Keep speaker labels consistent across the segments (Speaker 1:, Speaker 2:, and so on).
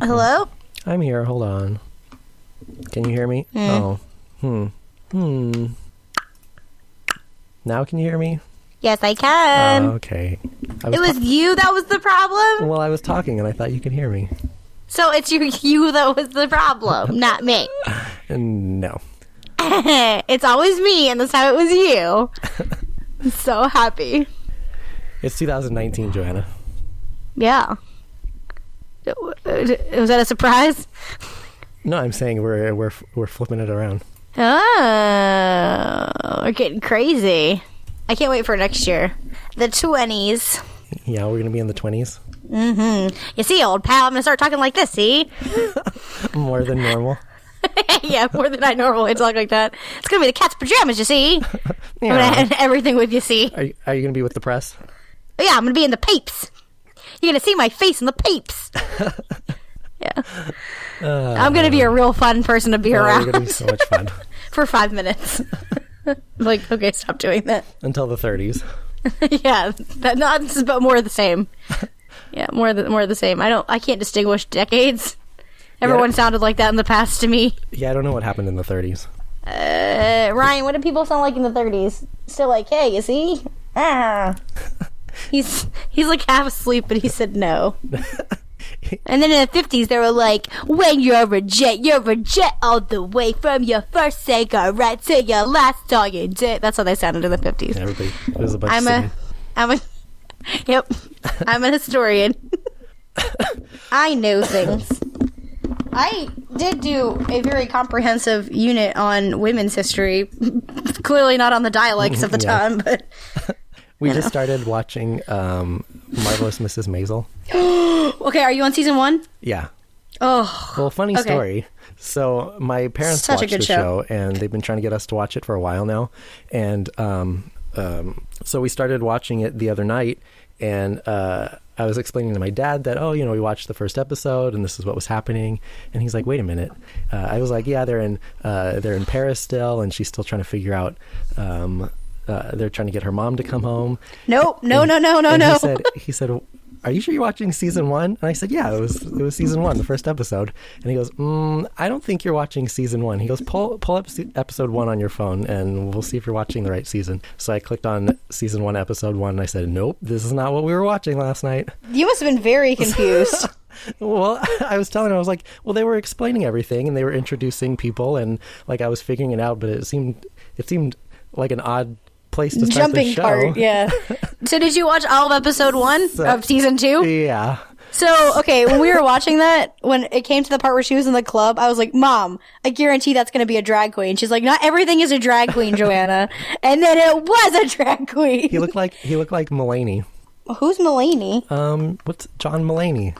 Speaker 1: Hello?
Speaker 2: I'm here. Hold on. Can you hear me? Oh. Hmm. Hmm. Now can you hear me?
Speaker 1: Yes, I
Speaker 2: Ah,
Speaker 1: can.
Speaker 2: okay. I
Speaker 1: it was you that was the
Speaker 2: ta-
Speaker 1: problem?
Speaker 2: well, I was talking and I thought you could hear me.
Speaker 1: So it's your you that was the problem, not me.
Speaker 2: And no.
Speaker 1: it's always me, and this time it was you. I'm so happy.
Speaker 2: It's 2019, Joanna.
Speaker 1: Yeah. Uh, Was that a surprise?
Speaker 2: No, I'm saying we're we're we're flipping it around.
Speaker 1: Oh, we're getting crazy. I can't wait for next year. The 20s.
Speaker 2: Yeah, we're gonna be in the 20s,
Speaker 1: Mm-hmm. You see, old pal, I'm going to start talking like this, see?
Speaker 2: more than normal.
Speaker 1: yeah, more than I normally talk like that. It's going to be the cat's pajamas, you see? I'm going to
Speaker 2: Yeah.
Speaker 1: end everything with you see.
Speaker 2: Are you, are you gonna be with the press?
Speaker 1: Oh, yeah, I'm going to be in the papes. You're going to see my face in the papes. yeah. I'm going to be a real fun person to be
Speaker 2: Ah, Oh,
Speaker 1: around
Speaker 2: you're gonna be so much fun
Speaker 1: for five minutes. like, okay, stop doing that.
Speaker 2: until the 30s.
Speaker 1: yeah, that, no, it's about more of the same. Yeah, more of the, more of the same. I don't. I can't distinguish decades. Everyone
Speaker 2: Yeah.
Speaker 1: sounded like that in the past to me.
Speaker 2: Yeah, I don't know what happened in the 30s.
Speaker 1: Uh, Ryan, what did people sound like in the thirties? Still like, hey, you see? Ah. He's he's like half asleep, but he said no. And then in the fifties, they were like, "When you're a jet, you're a jet all the way from your first cigarette to your last song you did." That's how they sounded in the fifties.
Speaker 2: Everybody, there's a bunch
Speaker 1: I'm
Speaker 2: of
Speaker 1: a,
Speaker 2: singing.
Speaker 1: I'm a, yep, I'm an historian. I know things. I did do a very comprehensive unit on women's history. Clearly not on the dialects of the
Speaker 2: Yeah.
Speaker 1: time, but
Speaker 2: We just started watching um, Marvelous Mrs. Maisel.
Speaker 1: okay. Are you on season one?
Speaker 2: Yeah.
Speaker 1: Oh,
Speaker 2: Well, funny
Speaker 1: Okay.
Speaker 2: story. So my parents
Speaker 1: Such a
Speaker 2: watched
Speaker 1: good
Speaker 2: the
Speaker 1: show.
Speaker 2: show. and they've been trying to get us to watch it for a while now. And um, um, so we started watching it the other night, and uh, I was explaining to my dad that, oh, you know, we watched the first episode, and this is what was happening. And he's like, wait a minute. Uh, I was like, yeah, they're in uh, they're in Paris still, and she's still trying to figure out. Um, uh, they're trying to get her mom to come home.
Speaker 1: nope, no,
Speaker 2: And-
Speaker 1: no, no, no,
Speaker 2: and
Speaker 1: no.
Speaker 2: He said, he said, "Are you sure you're watching season one?" And I said, "Yeah, it was it was season one, the first episode." And he goes, mm, "I don't think you're watching season one." He goes, "Pull pull up se- episode one on your phone, and we'll see if you're watching the right season." So I clicked on season one, episode one, and I said, "Nope, this is not what we were watching last night."
Speaker 1: you must have been very confused.
Speaker 2: Well, I was telling him, I was like, "Well, they were explaining everything, and they were introducing people, and like I was figuring it out, but it seemed it seemed like an odd." Place to start the
Speaker 1: Jumping
Speaker 2: show.
Speaker 1: part, yeah. so did you watch all of episode one of season two?
Speaker 2: Yeah.
Speaker 1: So, okay, when we were watching that, when it came to the part where she was in the club, I was like, Mom, I guarantee that's going to be a drag queen. She's like, Not everything is a drag queen, Joanna. and then it was a drag queen.
Speaker 2: He looked like he looked like Mulaney.
Speaker 1: Who's Mulaney?
Speaker 2: Um, what's John Mulaney?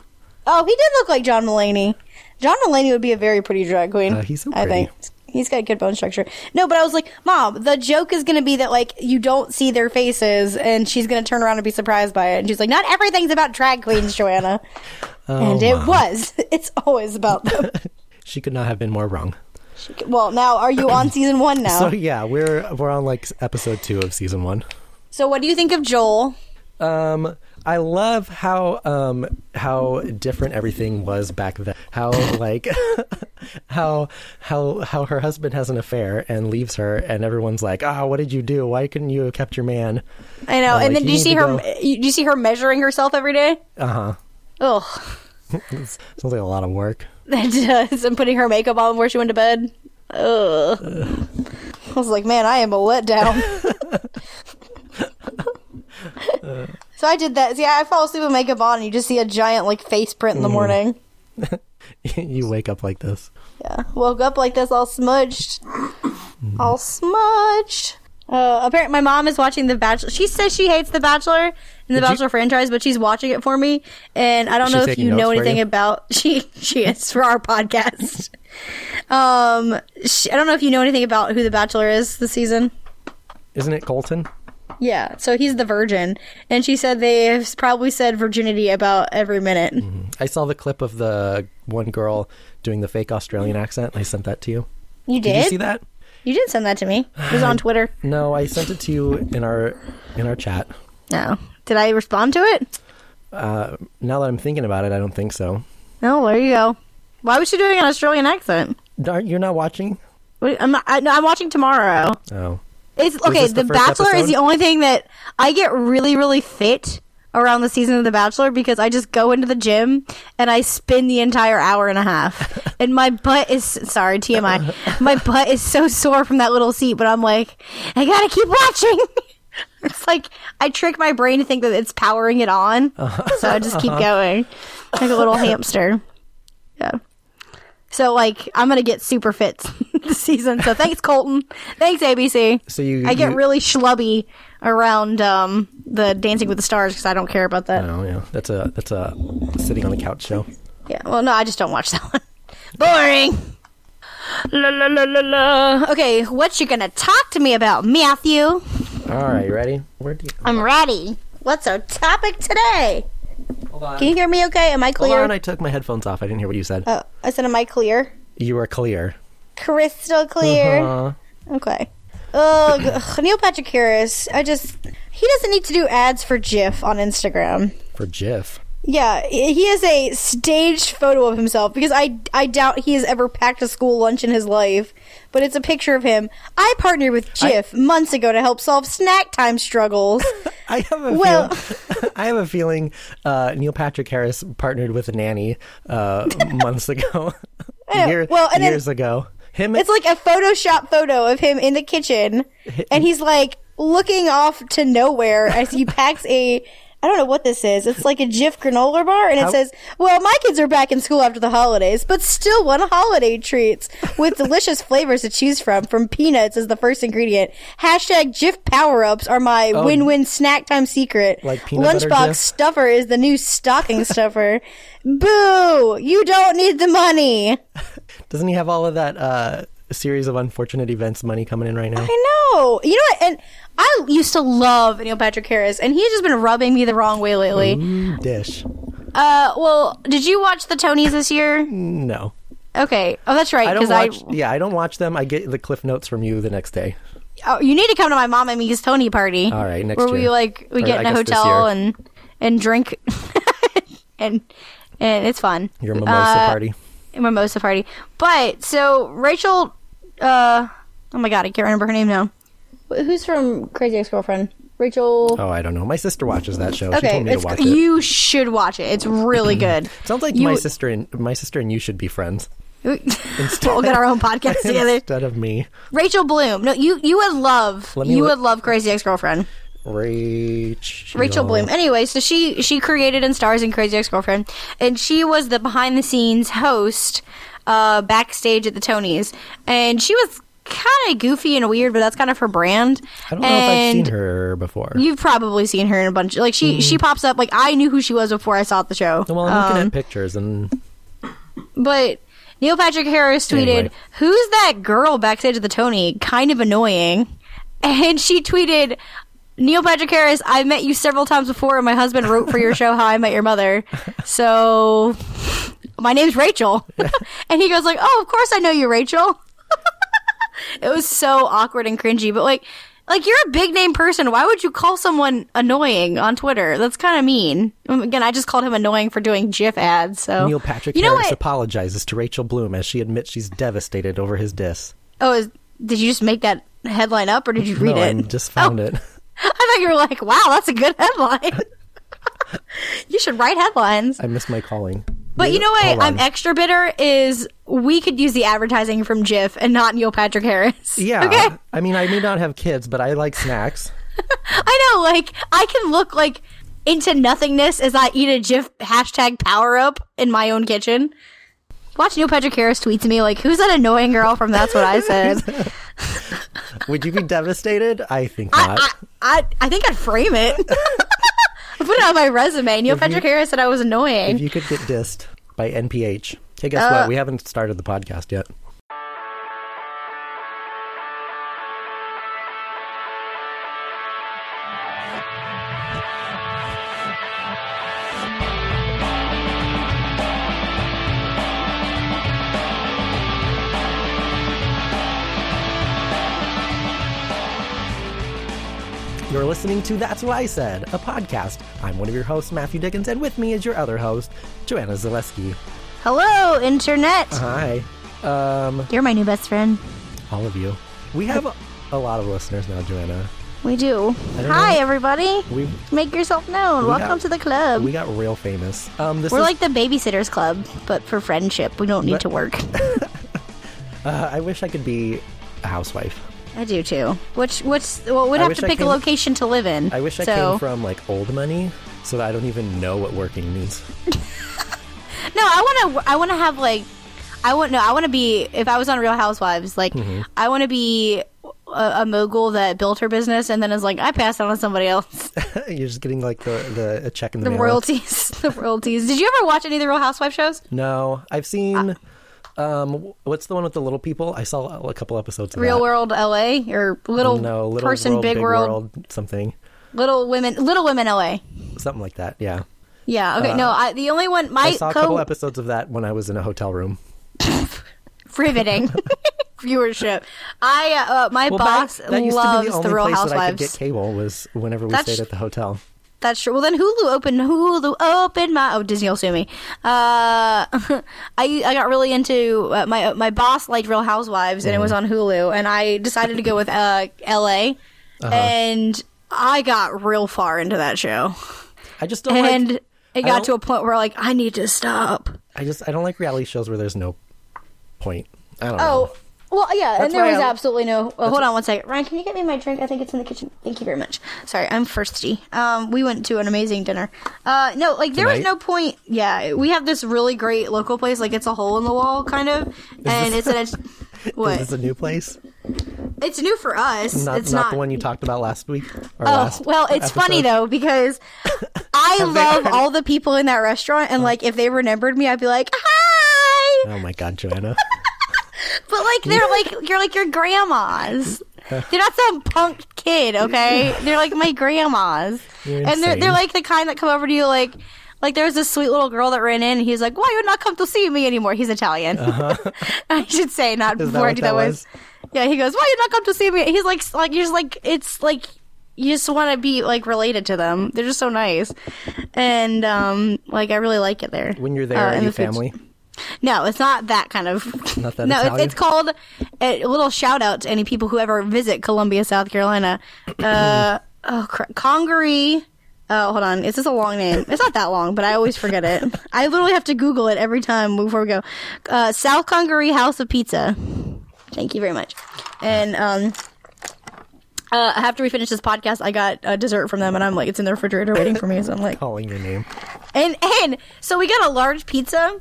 Speaker 1: oh, he did look like John Mulaney. John Mulaney would be a very pretty drag queen.
Speaker 2: Uh, he's so
Speaker 1: I think. He's got good bone structure. No, but I was like, Mom, the joke is going to be that, like, you don't see their faces, and she's going to turn around and be surprised by it. And she's like, Not everything's about drag queens, Joanna.
Speaker 2: Oh,
Speaker 1: and it was. It's always about them.
Speaker 2: She could not have been more wrong.
Speaker 1: Well, now are you on season one now?
Speaker 2: So yeah, we're we're on like episode two of season one.
Speaker 1: so, what do you think of Joel?
Speaker 2: Um, I love how um how different everything was back then. How like how how how her husband has an affair and leaves her, and everyone's like, "Ah, what did you do? Why couldn't you have kept your man?"
Speaker 1: I know.
Speaker 2: Well,
Speaker 1: and then
Speaker 2: like,
Speaker 1: do
Speaker 2: you
Speaker 1: you see
Speaker 2: need to
Speaker 1: her? You, do you see her measuring herself every day?
Speaker 2: Uh huh.
Speaker 1: Ugh,
Speaker 2: Sounds like a lot of work.
Speaker 1: that does. And putting her makeup on before she went to bed. Ugh. I was like, man, I am a letdown. so I did that. See, I fall asleep with makeup on, and you just see a giant like face print in the morning.
Speaker 2: you wake up like this.
Speaker 1: Yeah. Woke up like this, all smudged.
Speaker 2: Mm-hmm.
Speaker 1: all smudged. Uh, apparently, my mom is watching The Bachelor. She says she hates The Bachelor and The
Speaker 2: you-
Speaker 1: Bachelor franchise, but she's watching it for me. And I don't
Speaker 2: She's
Speaker 1: know if
Speaker 2: taking
Speaker 1: you
Speaker 2: notes
Speaker 1: know
Speaker 2: for
Speaker 1: anything
Speaker 2: you?
Speaker 1: about she. She is for our podcast. um, she, I don't know if you know anything about who The Bachelor is this season.
Speaker 2: Isn't it Colton?
Speaker 1: Yeah, so he's the virgin, and she said they've probably said virginity about every minute.
Speaker 2: I saw the clip of the one girl doing the fake Australian accent. I sent that to you.
Speaker 1: You did?
Speaker 2: Did you see that?
Speaker 1: You did send that to me. It was on Twitter.
Speaker 2: No, I sent it to you in our in our chat.
Speaker 1: No, did I respond to it?
Speaker 2: Now that I'm thinking about it, I don't think so.
Speaker 1: No, Oh, there you go. Why was she doing an Australian accent?
Speaker 2: Darn, you're not watching?
Speaker 1: Wait, I'm not, I, no, I'm watching tomorrow.
Speaker 2: Oh.
Speaker 1: It's okay.
Speaker 2: this the
Speaker 1: The,
Speaker 2: first
Speaker 1: Bachelor is
Speaker 2: episode?
Speaker 1: the only thing that I get really, really fit around the season of The Bachelor because I just go into the gym and I spin the entire hour and a half, and my butt is sorry TMI. My butt is so sore from that little seat, but I'm like, I gotta keep watching. It's like I trick my brain to think that it's powering it on, so I just keep going like a little hamster. Yeah. So like I'm gonna get super fit this season. So thanks Colton, thanks ABC.
Speaker 2: So you-
Speaker 1: I get
Speaker 2: you-
Speaker 1: really schlubby around um, the Dancing with the Stars because I don't care about that.
Speaker 2: Oh, yeah. That's a that's a sitting on the couch show.
Speaker 1: Yeah. Well, no, I just don't watch that one. Boring. La la la la la. Okay, what you gonna talk to me about, Matthew?
Speaker 2: All right, you ready? Where do you
Speaker 1: I'm ready. What's our topic today?
Speaker 2: Hold on.
Speaker 1: Can you hear me okay? Am I clear?
Speaker 2: Hold on, I took my headphones off. I didn't hear what you said.
Speaker 1: Oh, I said, am I clear?
Speaker 2: you were clear.
Speaker 1: Crystal clear.
Speaker 2: Uh,
Speaker 1: Okay. Ugh, ugh, Neil Patrick Harris. I just he doesn't need to do ads for GIF on Instagram.
Speaker 2: for GIF.
Speaker 1: Yeah, he is a staged photo of himself because I I doubt he has ever packed a school lunch in his life. But it's a picture of him. I partnered with GIF months ago to help solve snack time struggles.
Speaker 2: I have a
Speaker 1: Well-
Speaker 2: feel, I have a feeling uh, Neil Patrick Harris partnered with a nanny uh, months ago,
Speaker 1: Yeah,
Speaker 2: Year-
Speaker 1: Oh, well, and then-
Speaker 2: years ago. Him,
Speaker 1: it's like a Photoshop photo of him in the kitchen, and he's like looking off to nowhere as he packs a. I don't know what this is. It's like a Jif granola bar, and it
Speaker 2: How-
Speaker 1: says, "Well, my kids are back in school after the holidays, but still want holiday treats with delicious flavors to choose from. From peanuts is the first ingredient. Hashtag Jif power ups are my win-win snack time secret.
Speaker 2: Um, Like peanut butter Jif?
Speaker 1: Lunchbox stuffer is the new stocking stuffer. Boo! You don't need the money.
Speaker 2: doesn't he have all of that uh, series of unfortunate events money coming in right now?
Speaker 1: I know. You know what? And I used to love Neil Patrick Harris, and he's just been rubbing me the wrong way lately.
Speaker 2: Mm-hmm. Dish.
Speaker 1: Uh, well, did you watch the Tonys this year?
Speaker 2: No,
Speaker 1: Okay. Oh, that's right.
Speaker 2: I don't
Speaker 1: Because
Speaker 2: watch. yeah, I don't watch them. I get the cliff notes from you the next day.
Speaker 1: oh, you need to come to my mom and me's Tony party.
Speaker 2: All right, next
Speaker 1: where we
Speaker 2: year.
Speaker 1: like we
Speaker 2: Or
Speaker 1: get
Speaker 2: I
Speaker 1: in a
Speaker 2: guess this
Speaker 1: hotel
Speaker 2: year.
Speaker 1: and and drink and and it's fun.
Speaker 2: Your mimosa
Speaker 1: Uh,
Speaker 2: party.
Speaker 1: mimosa party. But so Rachel, uh, oh my god, I can't remember her name now. Wh- Who's from Crazy Ex-Girlfriend? Rachel.
Speaker 2: Oh, I don't know. My sister watches that show. she
Speaker 1: Okay,
Speaker 2: told me to
Speaker 1: it's,
Speaker 2: watch it.
Speaker 1: you should watch it. It's really good.
Speaker 2: Sounds like
Speaker 1: you-
Speaker 2: my sister and my sister and you should be friends
Speaker 1: we'll get our own podcast together.
Speaker 2: instead of me.
Speaker 1: Rachel Bloom. No, you you would love
Speaker 2: Let me
Speaker 1: you
Speaker 2: look-
Speaker 1: would love Crazy Ex Girlfriend.
Speaker 2: Rachel.
Speaker 1: Rachel Bloom. Anyway, so she she created and stars in Crazy Ex Girlfriend, and she was the behind the scenes host uh, backstage at the Tonys, and she was kind of goofy and weird, but that's kind of her brand.
Speaker 2: I don't know if I've seen her before.
Speaker 1: You've probably seen her in a bunch. Like she, she pops up. Like I knew who she was before I saw the show.
Speaker 2: well, I'm
Speaker 1: um,
Speaker 2: looking at pictures and
Speaker 1: But Neil Patrick Harris tweeted,
Speaker 2: Anyway.
Speaker 1: "Who's that girl backstage at the Tony? Kind of annoying." And she tweeted, "Neil Patrick Harris, I met you several times before, and my husband wrote for your show How I Met Your Mother. So my name's Rachel." and he goes like, "Oh, of course I know you, Rachel." it was so awkward and cringy, but like. Like you're a big name person. Why would you call someone annoying on Twitter? That's kind of mean. Um, Again, I just called him annoying for doing GIF ads. So
Speaker 2: Neil Patrick
Speaker 1: oh. you know
Speaker 2: Harris
Speaker 1: what?
Speaker 2: apologizes to Rachel Bloom as she admits she's devastated over his diss.
Speaker 1: Oh, is, did you just make that headline up, or did you read
Speaker 2: no, I
Speaker 1: it? Oh.
Speaker 2: just found it.
Speaker 1: I thought you were like, "Wow, that's a good headline." you should write headlines.
Speaker 2: I missed my calling.
Speaker 1: But you know what?
Speaker 2: Hold
Speaker 1: I'm
Speaker 2: on.
Speaker 1: extra bitter. Is we could use the advertising from GIF and not Neil Patrick Harris.
Speaker 2: yeah.
Speaker 1: Okay.
Speaker 2: I mean, I may not have kids, but I like snacks.
Speaker 1: I know. Like, I can look like into nothingness as I eat a GIF hashtag power up in my own kitchen. Watch Neil Patrick Harris tweets me like, "Who's that annoying girl from That's What I Said?"
Speaker 2: Would you be devastated? I think not.
Speaker 1: I, I, I think I'd frame it. I put it on my resume. Neil Patrick Harris said I was annoying.
Speaker 2: if you could get dissed by NPH. Hey, guess
Speaker 1: Uh.
Speaker 2: what? We haven't started the podcast yet. You're listening to That's What I Said, a podcast. I'm one of your hosts, Matthew Dickens, and with me is your other host, Joanna Zaleski.
Speaker 1: Hello, internet.
Speaker 2: Hi. Um,
Speaker 1: You're my new best friend.
Speaker 2: all of you. We have a, a lot of listeners now, Joanna.
Speaker 1: We do.
Speaker 2: don't
Speaker 1: Hi,
Speaker 2: know.
Speaker 1: everybody.
Speaker 2: We
Speaker 1: Make yourself known.
Speaker 2: We
Speaker 1: Welcome
Speaker 2: got-
Speaker 1: to the club.
Speaker 2: we got real famous. Um, this
Speaker 1: We're
Speaker 2: is,
Speaker 1: like the babysitters club, but for friendship. We don't need
Speaker 2: But-
Speaker 1: to work.
Speaker 2: uh, I wish I could be a housewife.
Speaker 1: I do too. Which what's well, we'd
Speaker 2: I
Speaker 1: have
Speaker 2: wish
Speaker 1: to
Speaker 2: I
Speaker 1: pick
Speaker 2: came-
Speaker 1: a location to live in.
Speaker 2: I wish I
Speaker 1: so.
Speaker 2: came from like old money, so that I don't even know what working means.
Speaker 1: No, I want to. I want to have like. I want no. I want to be. If I was on Real Housewives, like
Speaker 2: Mm-hmm.
Speaker 1: I want to be a, a mogul that built her business and then is like, I passed it on to somebody else.
Speaker 2: You're just getting like the the a check in the,
Speaker 1: The
Speaker 2: mail.
Speaker 1: royalties. The royalties. Did you ever watch any of the Real Housewives shows?
Speaker 2: No, I've
Speaker 1: Uh,
Speaker 2: seen. um, what's the one with the little people? I saw a couple episodes. Of
Speaker 1: Real
Speaker 2: that.
Speaker 1: World LA or Little,
Speaker 2: No, little
Speaker 1: Person
Speaker 2: world,
Speaker 1: Big, world,
Speaker 2: something,
Speaker 1: Little Women Little Women LA.
Speaker 2: something like that. Yeah,
Speaker 1: Yeah. Okay. no, I, the only one my
Speaker 2: Uh, I saw a
Speaker 1: co
Speaker 2: couple episodes of that when I was in a hotel room.
Speaker 1: riveting viewership. I uh, my
Speaker 2: Well, back-
Speaker 1: boss
Speaker 2: that used
Speaker 1: loves
Speaker 2: to be the only
Speaker 1: Real
Speaker 2: place
Speaker 1: Housewives.
Speaker 2: that I could get cable was whenever we
Speaker 1: That's-
Speaker 2: stayed at the hotel.
Speaker 1: That's true. Well, then Hulu opened Hulu opened my oh Disney will sue me. Uh, I I got really into uh, my my boss liked Real Housewives and it was
Speaker 2: Mm-hmm.
Speaker 1: on Hulu and I decided to go with uh L.A.
Speaker 2: Uh-huh.
Speaker 1: and I got real far into that show
Speaker 2: I just don't
Speaker 1: and
Speaker 2: like.
Speaker 1: it
Speaker 2: Oh I
Speaker 1: got to
Speaker 2: don't-
Speaker 1: a point where like I need to stop.
Speaker 2: I just I don't like reality shows where there's no point. I don't know.
Speaker 1: Oh. Well, yeah, and
Speaker 2: That's
Speaker 1: there
Speaker 2: why
Speaker 1: was
Speaker 2: I-
Speaker 1: absolutely no. Well, hold on one second, Ryan. Can you get me my drink? I think it's in the kitchen. Thank you very much. Sorry, I'm thirsty. Um, we went to an amazing dinner. Uh, no, like there was
Speaker 2: Tonight?
Speaker 1: no point. Yeah, we have this really great local place. Like it's a hole in the wall kind of, and it's an. What?
Speaker 2: Is this a new place?
Speaker 1: it's new for us.
Speaker 2: Not,
Speaker 1: it's
Speaker 2: not
Speaker 1: not,
Speaker 2: the one you talked about last week. Or
Speaker 1: Oh,
Speaker 2: last
Speaker 1: well, it's funny
Speaker 2: episode?
Speaker 1: though because I
Speaker 2: they Oh.
Speaker 1: love
Speaker 2: heard-
Speaker 1: all the people in that restaurant, and like if they remembered me, I'd be like, "Hi!"
Speaker 2: Oh my god, Joanna.
Speaker 1: But like they're like you're like your grandmas. They're not some punk kid, okay? They're like my grandmas,
Speaker 2: You're
Speaker 1: and they're they're
Speaker 2: insane.
Speaker 1: like the kind that come over to you like. Like there was this sweet little girl that ran in. and He's like, "Why you not come to see me anymore?" He's Italian. I should say not
Speaker 2: Uh-huh. Is that
Speaker 1: before I
Speaker 2: what
Speaker 1: do that
Speaker 2: that
Speaker 1: was. Yeah, he goes, "Why you not come to see me?" He's like, s- like you're just like it's like you just want to be like related to them. They're just so nice, and um, like I really like it there.
Speaker 2: When you're there,
Speaker 1: Uh,
Speaker 2: are
Speaker 1: and
Speaker 2: you
Speaker 1: the food's-
Speaker 2: family?
Speaker 1: no, it's not that kind of.
Speaker 2: Not that
Speaker 1: no, it's-
Speaker 2: Italian?
Speaker 1: it's called a little shout out to any people who ever visit Columbia, South Carolina. Uh, oh, cr- Congaree. Oh, hold on. It's just a long name. It's not that long, but I always forget it. I literally have to Google it every time before we go. Uh, South Congaree House of Pizza. Thank you very much. And um, uh, after we finish this podcast, I got a dessert from them, and I'm like, it's in the refrigerator waiting for me. So I'm like,
Speaker 2: Calling your name.
Speaker 1: and and so we got a large pizza,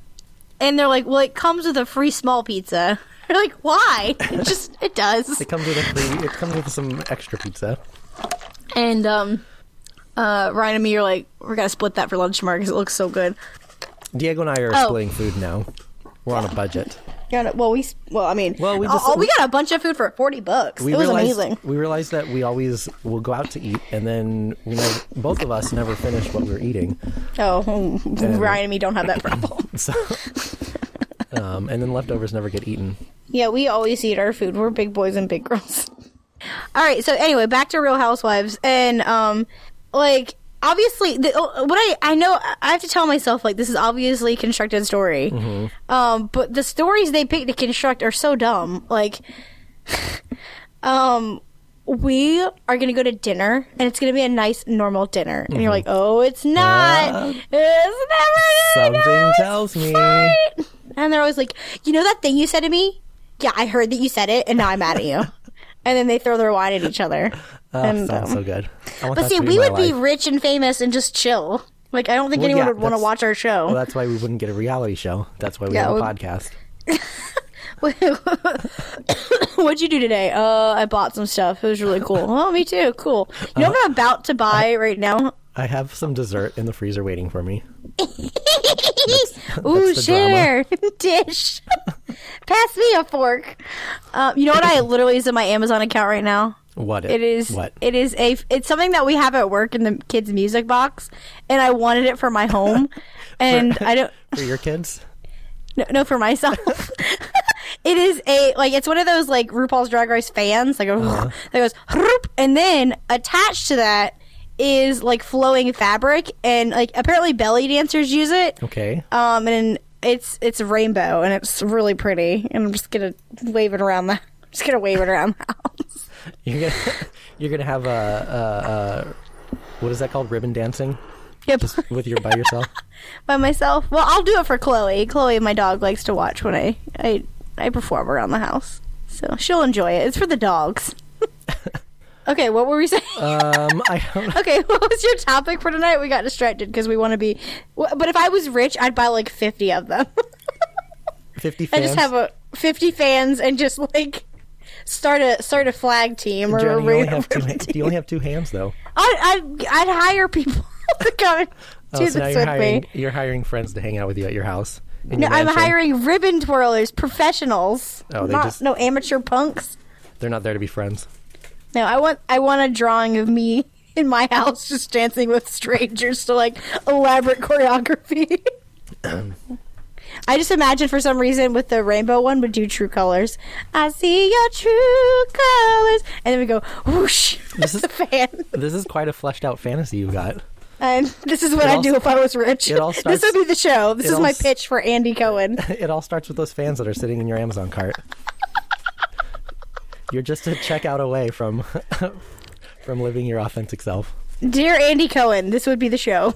Speaker 1: and they're like, "Well, it comes with a free small pizza." We're like, "Why?" It just it does.
Speaker 2: It comes with a free, it comes with some extra pizza.
Speaker 1: And um, uh, Ryan and me are like, "We're gonna split that for lunch tomorrow because it looks so good."
Speaker 2: Diego and I are
Speaker 1: Oh.
Speaker 2: splitting food now. We're on a budget.
Speaker 1: Yeah, no, well, we s- well, I mean,
Speaker 2: Well, we
Speaker 1: oh,
Speaker 2: just-
Speaker 1: oh, we got a bunch of food for forty bucks.
Speaker 2: We
Speaker 1: it was
Speaker 2: realized,
Speaker 1: amazing.
Speaker 2: We realized that we always will go out to eat, and then we never, both of us never finish what we're eating.
Speaker 1: Oh, Ryan and me don't have that problem.
Speaker 2: So, um, and then leftovers never get eaten.
Speaker 1: Yeah, we always eat our food. We're big boys and big girls. All right. So anyway, back to Real Housewives, and um, like obviously, the, oh, what I I know I have to tell myself like this is obviously a constructed story, um, but the stories they pick to construct are so dumb. Like, um. We are gonna go to dinner, and it's gonna be a nice, normal dinner. And you're like, "Oh, it's not.
Speaker 2: Uh,
Speaker 1: it's never gonna be
Speaker 2: Something
Speaker 1: nice."
Speaker 2: tells me.
Speaker 1: And they're always like, you know that thing you said to me? Yeah, I heard that you said it, and now I'm mad at you. and then they throw their wine at each other.
Speaker 2: Oh,
Speaker 1: and,
Speaker 2: sounds
Speaker 1: um,
Speaker 2: so good. I want
Speaker 1: but
Speaker 2: that
Speaker 1: see,
Speaker 2: to be
Speaker 1: we
Speaker 2: my
Speaker 1: would be
Speaker 2: life.
Speaker 1: rich and famous and just chill. Like, I don't think
Speaker 2: Well,
Speaker 1: anyone
Speaker 2: yeah,
Speaker 1: would want to
Speaker 2: that's-
Speaker 1: watch our
Speaker 2: Well,
Speaker 1: show.
Speaker 2: that's why we wouldn't get a reality show. That's why we
Speaker 1: Yeah,
Speaker 2: have a
Speaker 1: we-
Speaker 2: podcast.
Speaker 1: What'd you do today? Uh, I bought some stuff. It was really cool. oh, me too. Cool. You know
Speaker 2: Uh-huh.
Speaker 1: what I'm about to buy right now?
Speaker 2: I have some dessert in the freezer waiting for me.
Speaker 1: Ooh,
Speaker 2: the
Speaker 1: share
Speaker 2: drama.
Speaker 1: dish. Pass me a fork. Uh, you know what? I literally is in my Amazon account right now.
Speaker 2: What?
Speaker 1: It is.
Speaker 2: What?
Speaker 1: It is a. It's something that we have at work in the kids' music box, and I wanted it for my home, and I don't.
Speaker 2: for your kids?
Speaker 1: No, no for myself. it is a like it's one of those like RuPaul's Drag Race fans like a, that goes "Hroop," and then attached to that
Speaker 2: Oh.
Speaker 1: is like flowing fabric and like apparently belly dancers use it.
Speaker 2: Okay.
Speaker 1: Um and it's it's rainbow and it's really pretty, and I'm just gonna wave it around the. I'm just gonna wave it around the house.
Speaker 2: You're gonna you're gonna have a, a, a what is that called? Ribbon dancing
Speaker 1: Yep,
Speaker 2: with your by yourself.
Speaker 1: by myself. Well, I'll do it for Chloe. Chloe, my dog, likes to watch when I I, I perform around the house, so she'll enjoy it. It's for the dogs. okay, what were we saying?
Speaker 2: Um, I don't.
Speaker 1: Okay, what was your topic for tonight? We got distracted because we want to be. wh- But if I was rich, I'd buy like 50 of them.
Speaker 2: Fifty
Speaker 1: and
Speaker 2: fans.
Speaker 1: just have a 50 fans and just like start a start a flag team or
Speaker 2: Johnny,
Speaker 1: a
Speaker 2: you only
Speaker 1: ra-
Speaker 2: have two.
Speaker 1: team.
Speaker 2: ha- You only have two hands though.
Speaker 1: I'd, I'd, I'd hire people to come and do
Speaker 2: Oh, so now
Speaker 1: this
Speaker 2: you're
Speaker 1: with
Speaker 2: hiring
Speaker 1: me.
Speaker 2: you're hiring friends to hang out with you at your house. in
Speaker 1: No,
Speaker 2: your
Speaker 1: I'm
Speaker 2: mansion.
Speaker 1: hiring ribbon twirlers, professionals.
Speaker 2: Oh, they
Speaker 1: not
Speaker 2: just-
Speaker 1: no amateur punks.
Speaker 2: They're not there to be friends.
Speaker 1: No, I want I want a drawing of me in my house just dancing with strangers to like elaborate choreography. I just imagine for some reason with the rainbow one would do true colors. I see your true colors, and then we go whoosh. This is
Speaker 2: is-
Speaker 1: the fan,
Speaker 2: This is quite a fleshed out fantasy you've got.
Speaker 1: and this is what
Speaker 2: It
Speaker 1: I
Speaker 2: all
Speaker 1: do if I was rich.
Speaker 2: it all starts-
Speaker 1: this would be the show. This
Speaker 2: it
Speaker 1: is
Speaker 2: all
Speaker 1: my
Speaker 2: s-
Speaker 1: pitch for Andy Cohen.
Speaker 2: It all starts with those fans that are sitting in your Amazon cart. You're just a checkout away from from living your authentic self.
Speaker 1: Dear Andy Cohen, this would be the show.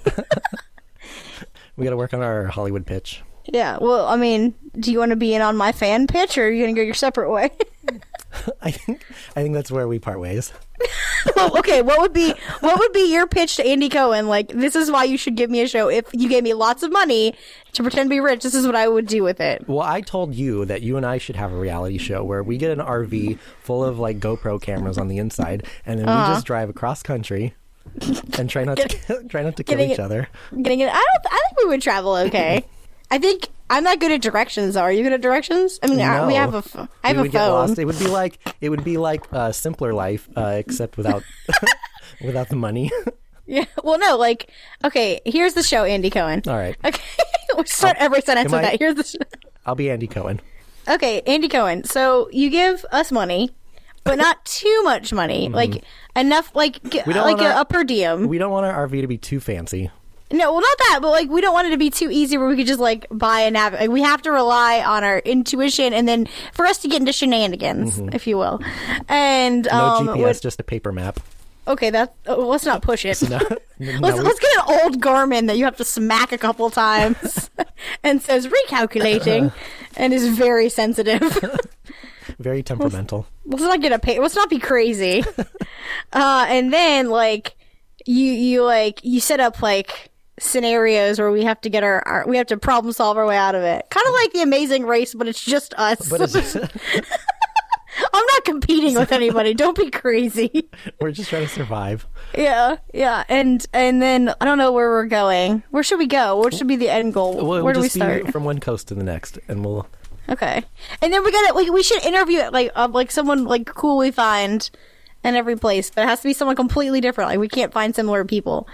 Speaker 2: We got to work on our Hollywood pitch.
Speaker 1: yeah. Well, I mean, do you want to be in on my fan pitch, or are you going to go your separate way?
Speaker 2: I think I think that's where we part ways.
Speaker 1: Well, okay, what would be what would be your pitch to Andy Cohen? Like, this is why you should give me a show. If you gave me lots of money to pretend to be rich, this is what I would do with it.
Speaker 2: Well, I told you that you and I should have a reality show where we get an RV full of like GoPro cameras on the inside, and then we just drive across country and try not to try not to kill
Speaker 1: getting
Speaker 2: each
Speaker 1: it-
Speaker 2: other.
Speaker 1: Getting it? I don't. I think we would travel okay. I think I'm not good at directions. Though. Are you good at directions? I mean, I, we
Speaker 2: No.
Speaker 1: have a. ph- I have
Speaker 2: we
Speaker 1: a
Speaker 2: would get
Speaker 1: phone.
Speaker 2: lost. It would be like it would be like a simpler life, uh, except without without the money.
Speaker 1: Yeah. Well, no. Like, okay. Here's the show, Andy Cohen.
Speaker 2: All right,
Speaker 1: Okay. we start every sentence
Speaker 2: am
Speaker 1: with
Speaker 2: I-
Speaker 1: that. Here's the. Show.
Speaker 2: I'll be Andy Cohen.
Speaker 1: Okay, Andy Cohen. So you give us money, but not too much money. Like enough, like g-
Speaker 2: Mm. don't
Speaker 1: like
Speaker 2: wanna-
Speaker 1: a upper diem.
Speaker 2: We don't want our RV to be too fancy.
Speaker 1: No, well, not that, but like we don't want it to be too easy where we could just like buy a nav. Like, we have to rely on our intuition, and then for us to get into shenanigans, if you will. And
Speaker 2: Mm-hmm. No
Speaker 1: um,
Speaker 2: GPS,
Speaker 1: would-
Speaker 2: just a paper map.
Speaker 1: okay, that oh, let's not push it.
Speaker 2: No, no,
Speaker 1: Let's,
Speaker 2: we-
Speaker 1: let's get an old Garmin that you have to smack a couple times and says recalculating and is very sensitive.
Speaker 2: very temperamental.
Speaker 1: let's not get a pay let's not be crazy uh and then like you you like you set up like scenarios where we have to get our, our we have to problem solve our way out of it kind of like the amazing race but it's just us
Speaker 2: But it's,
Speaker 1: i'm not competing with anybody don't be crazy
Speaker 2: we're just trying to survive.
Speaker 1: yeah yeah and and then i don't know where we're going where should we go what should be the end goal
Speaker 2: We'll,
Speaker 1: where do
Speaker 2: we'll
Speaker 1: we
Speaker 2: just
Speaker 1: start
Speaker 2: be from one coast to the next, and we'll
Speaker 1: Okay, and then we gotta like we should interview it like um, like someone like cool we find in every place, but it has to be someone completely different. Like we can't find similar people.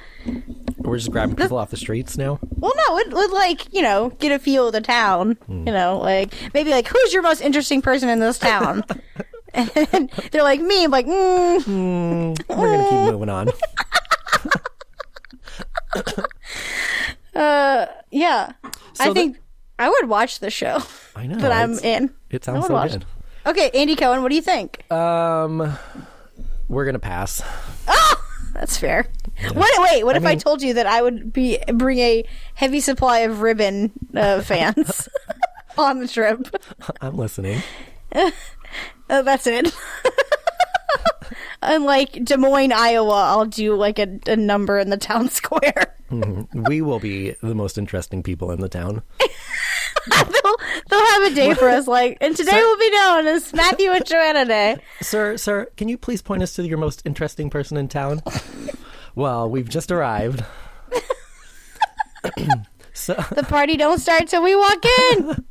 Speaker 2: we're just grabbing people off the streets now.
Speaker 1: Well, no, it would like you know get a feel of the town.
Speaker 2: Hmm.
Speaker 1: You know, like maybe like who's your most interesting person in this town? and they're like me. I'm like, mm. uh,
Speaker 2: We're gonna keep moving on.
Speaker 1: yeah. I
Speaker 2: the-
Speaker 1: think I would watch the show
Speaker 2: I know.
Speaker 1: that I'm
Speaker 2: it's-
Speaker 1: in.
Speaker 2: It
Speaker 1: I
Speaker 2: sounds
Speaker 1: would
Speaker 2: so
Speaker 1: watch.
Speaker 2: good.
Speaker 1: Okay, Andy Cohen, what do you think?
Speaker 2: Um, we're gonna pass.
Speaker 1: That's fair. What? Wait. What if I
Speaker 2: mean-
Speaker 1: told you that I would be bring a heavy supply of ribbon uh, fans on the trip?
Speaker 2: I'm listening.
Speaker 1: Uh, that's it. Unlike Des Moines, Iowa, I'll do like a, a number in the town square.
Speaker 2: Mm-hmm. We will be the most interesting people in the town.
Speaker 1: they'll, they'll have a day for us. Like, and today will be known as Matthew and Joanna Day.
Speaker 2: Sir, sir, can you please point us to your most interesting person in town? well, we've just arrived. so,
Speaker 1: The party don't start till we walk in.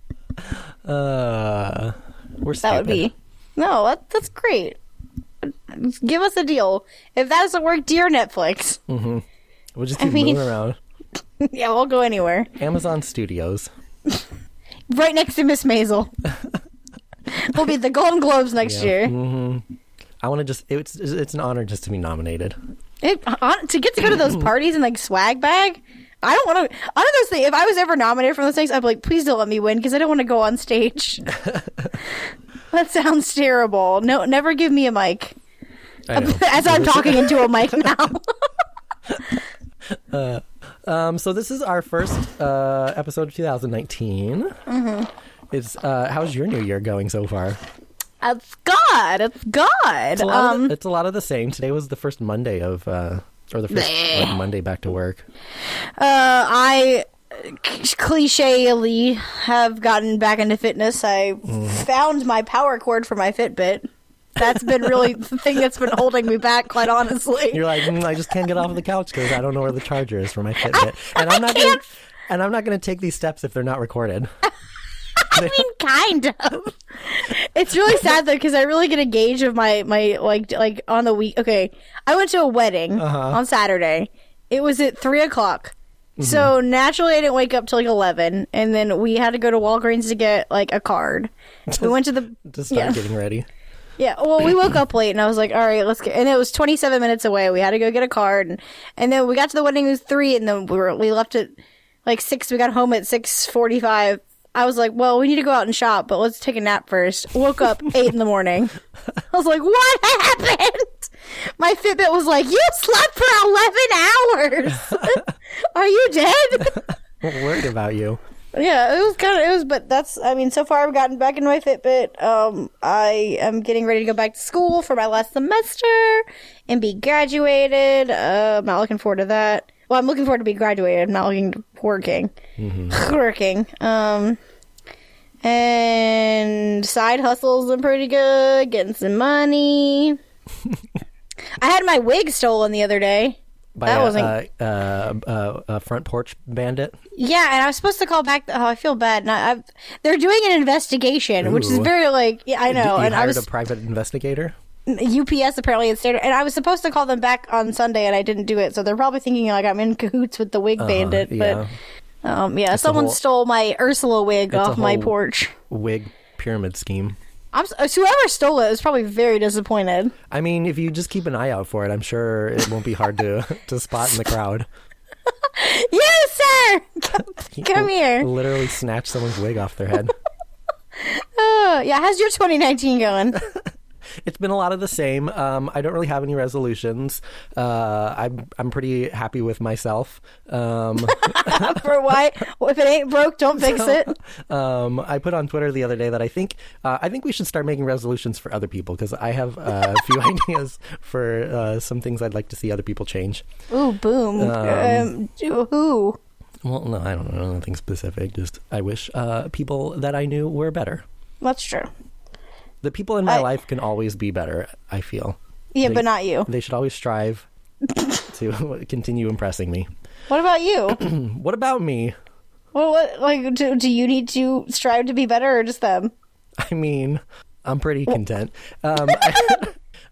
Speaker 2: uh, we're
Speaker 1: That would be. No, that, that's great. Give us a deal. If that doesn't work, dear Netflix.
Speaker 2: We'll just keep
Speaker 1: mean-
Speaker 2: moving around.
Speaker 1: Yeah, we'll go anywhere.
Speaker 2: Amazon Studios.
Speaker 1: Right next to Miss Maisel. we'll be at the Golden Globes next year.
Speaker 2: Mm-hmm. I want to just, it's, it's an honor just to be nominated.
Speaker 1: It, hon- to get to go to those parties in like swag bag, I don't want to. Honestly, if I was ever nominated for those things, I'd be like, please don't let me win because I don't want to go on stage. that sounds terrible. No, never give me a mic.
Speaker 2: I know.
Speaker 1: As I'm talking into a mic now.
Speaker 2: Um, so this is our first uh, episode of 2019.
Speaker 1: Mm-hmm.
Speaker 2: It's uh, how's your new year going so far?
Speaker 1: It's God. It's God.
Speaker 2: It's a, lot
Speaker 1: Um,
Speaker 2: of the, it's a lot of the same. Today was the first Monday of, uh, or the first
Speaker 1: Bleh.
Speaker 2: like, Monday back to work.
Speaker 1: Uh, I clichély have gotten back into fitness. I found my power cord for my Fitbit. That's been really the thing that's been holding me back, quite honestly.
Speaker 2: You're like, "Mm, I just can't get off of the couch because I don't know where the charger is for my Fitbit, and I'm not
Speaker 1: can't-
Speaker 2: gonna, and I'm not going to take these steps if they're not recorded.
Speaker 1: I mean, kind of. It's really sad though because I really get a gauge of my my like like on the week. Okay, I went to a wedding on Saturday. It was at three o'clock, so naturally I didn't wake up till like eleven, and then we had to go to Walgreens to get like a card. We went to the
Speaker 2: Just start
Speaker 1: Yeah.
Speaker 2: getting ready.
Speaker 1: Yeah, well, we woke up late, and I was like, "All right, let's get." And it was 27 minutes away. We had to go get a card, and, and then we got to the wedding. It was three, and then we were we left at like six. We got home at 6:45. I was like, "Well, we need to go out and shop, but let's take a nap first. Woke up eight in the morning. I was like, "What happened?" My Fitbit was like, "You slept for 11 hours. Are you dead?"
Speaker 2: I'm worried about you.
Speaker 1: Yeah, it was kind of it was, but that's I mean, so far I've gotten back into my Fitbit. Um, I am getting ready to go back to school for my last semester and be graduated. Uh, I'm not looking forward to that. Well, I'm looking forward to be graduated. I'm not looking to working, working. Um, and side hustles been pretty good, getting some money. I had my wig stolen the other day.
Speaker 2: By
Speaker 1: That
Speaker 2: a,
Speaker 1: wasn't-
Speaker 2: uh, uh, uh, a front porch bandit.
Speaker 1: Yeah, and I was supposed to call back. Oh, I feel bad. And I, I've, they're doing an investigation, which is
Speaker 2: Ooh.
Speaker 1: very like yeah, I know.
Speaker 2: you
Speaker 1: and I
Speaker 2: hired
Speaker 1: was
Speaker 2: a private investigator.
Speaker 1: UPS apparently had started, and I was supposed to call them back on Sunday, and I didn't do it. So they're probably thinking like I'm in cahoots with the wig bandit.
Speaker 2: Uh-huh, yeah.
Speaker 1: But um, yeah, someone
Speaker 2: whole-
Speaker 1: stole my Ursula wig
Speaker 2: a
Speaker 1: off my
Speaker 2: whole-
Speaker 1: porch.
Speaker 2: Wig pyramid scheme.
Speaker 1: I'm s- so whoever stole it was probably very disappointed.
Speaker 2: I mean, if you just keep an eye out for it, I'm sure it won't be hard to to spot in the crowd.
Speaker 1: Yes, sir. Come, come here.
Speaker 2: Literally snatch someone's wig off their head.
Speaker 1: Oh, yeah, how's your 2019 going?
Speaker 2: it's been a lot of the same. Um, I don't really have any resolutions. Uh, I'm I'm pretty happy with myself. Um,
Speaker 1: For why? Well, if it ain't broke, don't fix it.
Speaker 2: um, I put on Twitter the other day that I think uh, I think we should start making resolutions for other people because I have uh, a few ideas for uh, some things I'd like to see other people change.
Speaker 1: Ooh, boom. Um, who?
Speaker 2: Well, no, I don't know nothing specific. Just I wish uh, people that I knew were better.
Speaker 1: That's true.
Speaker 2: The people in my
Speaker 1: I-
Speaker 2: life can always be better. I feel
Speaker 1: Yeah,
Speaker 2: They-
Speaker 1: but not you.
Speaker 2: they should always strive to continue impressing me.
Speaker 1: What about you?
Speaker 2: What about me?
Speaker 1: what, what like do, do you need to strive to be better or just them?
Speaker 2: I mean, I'm pretty content. Um, I,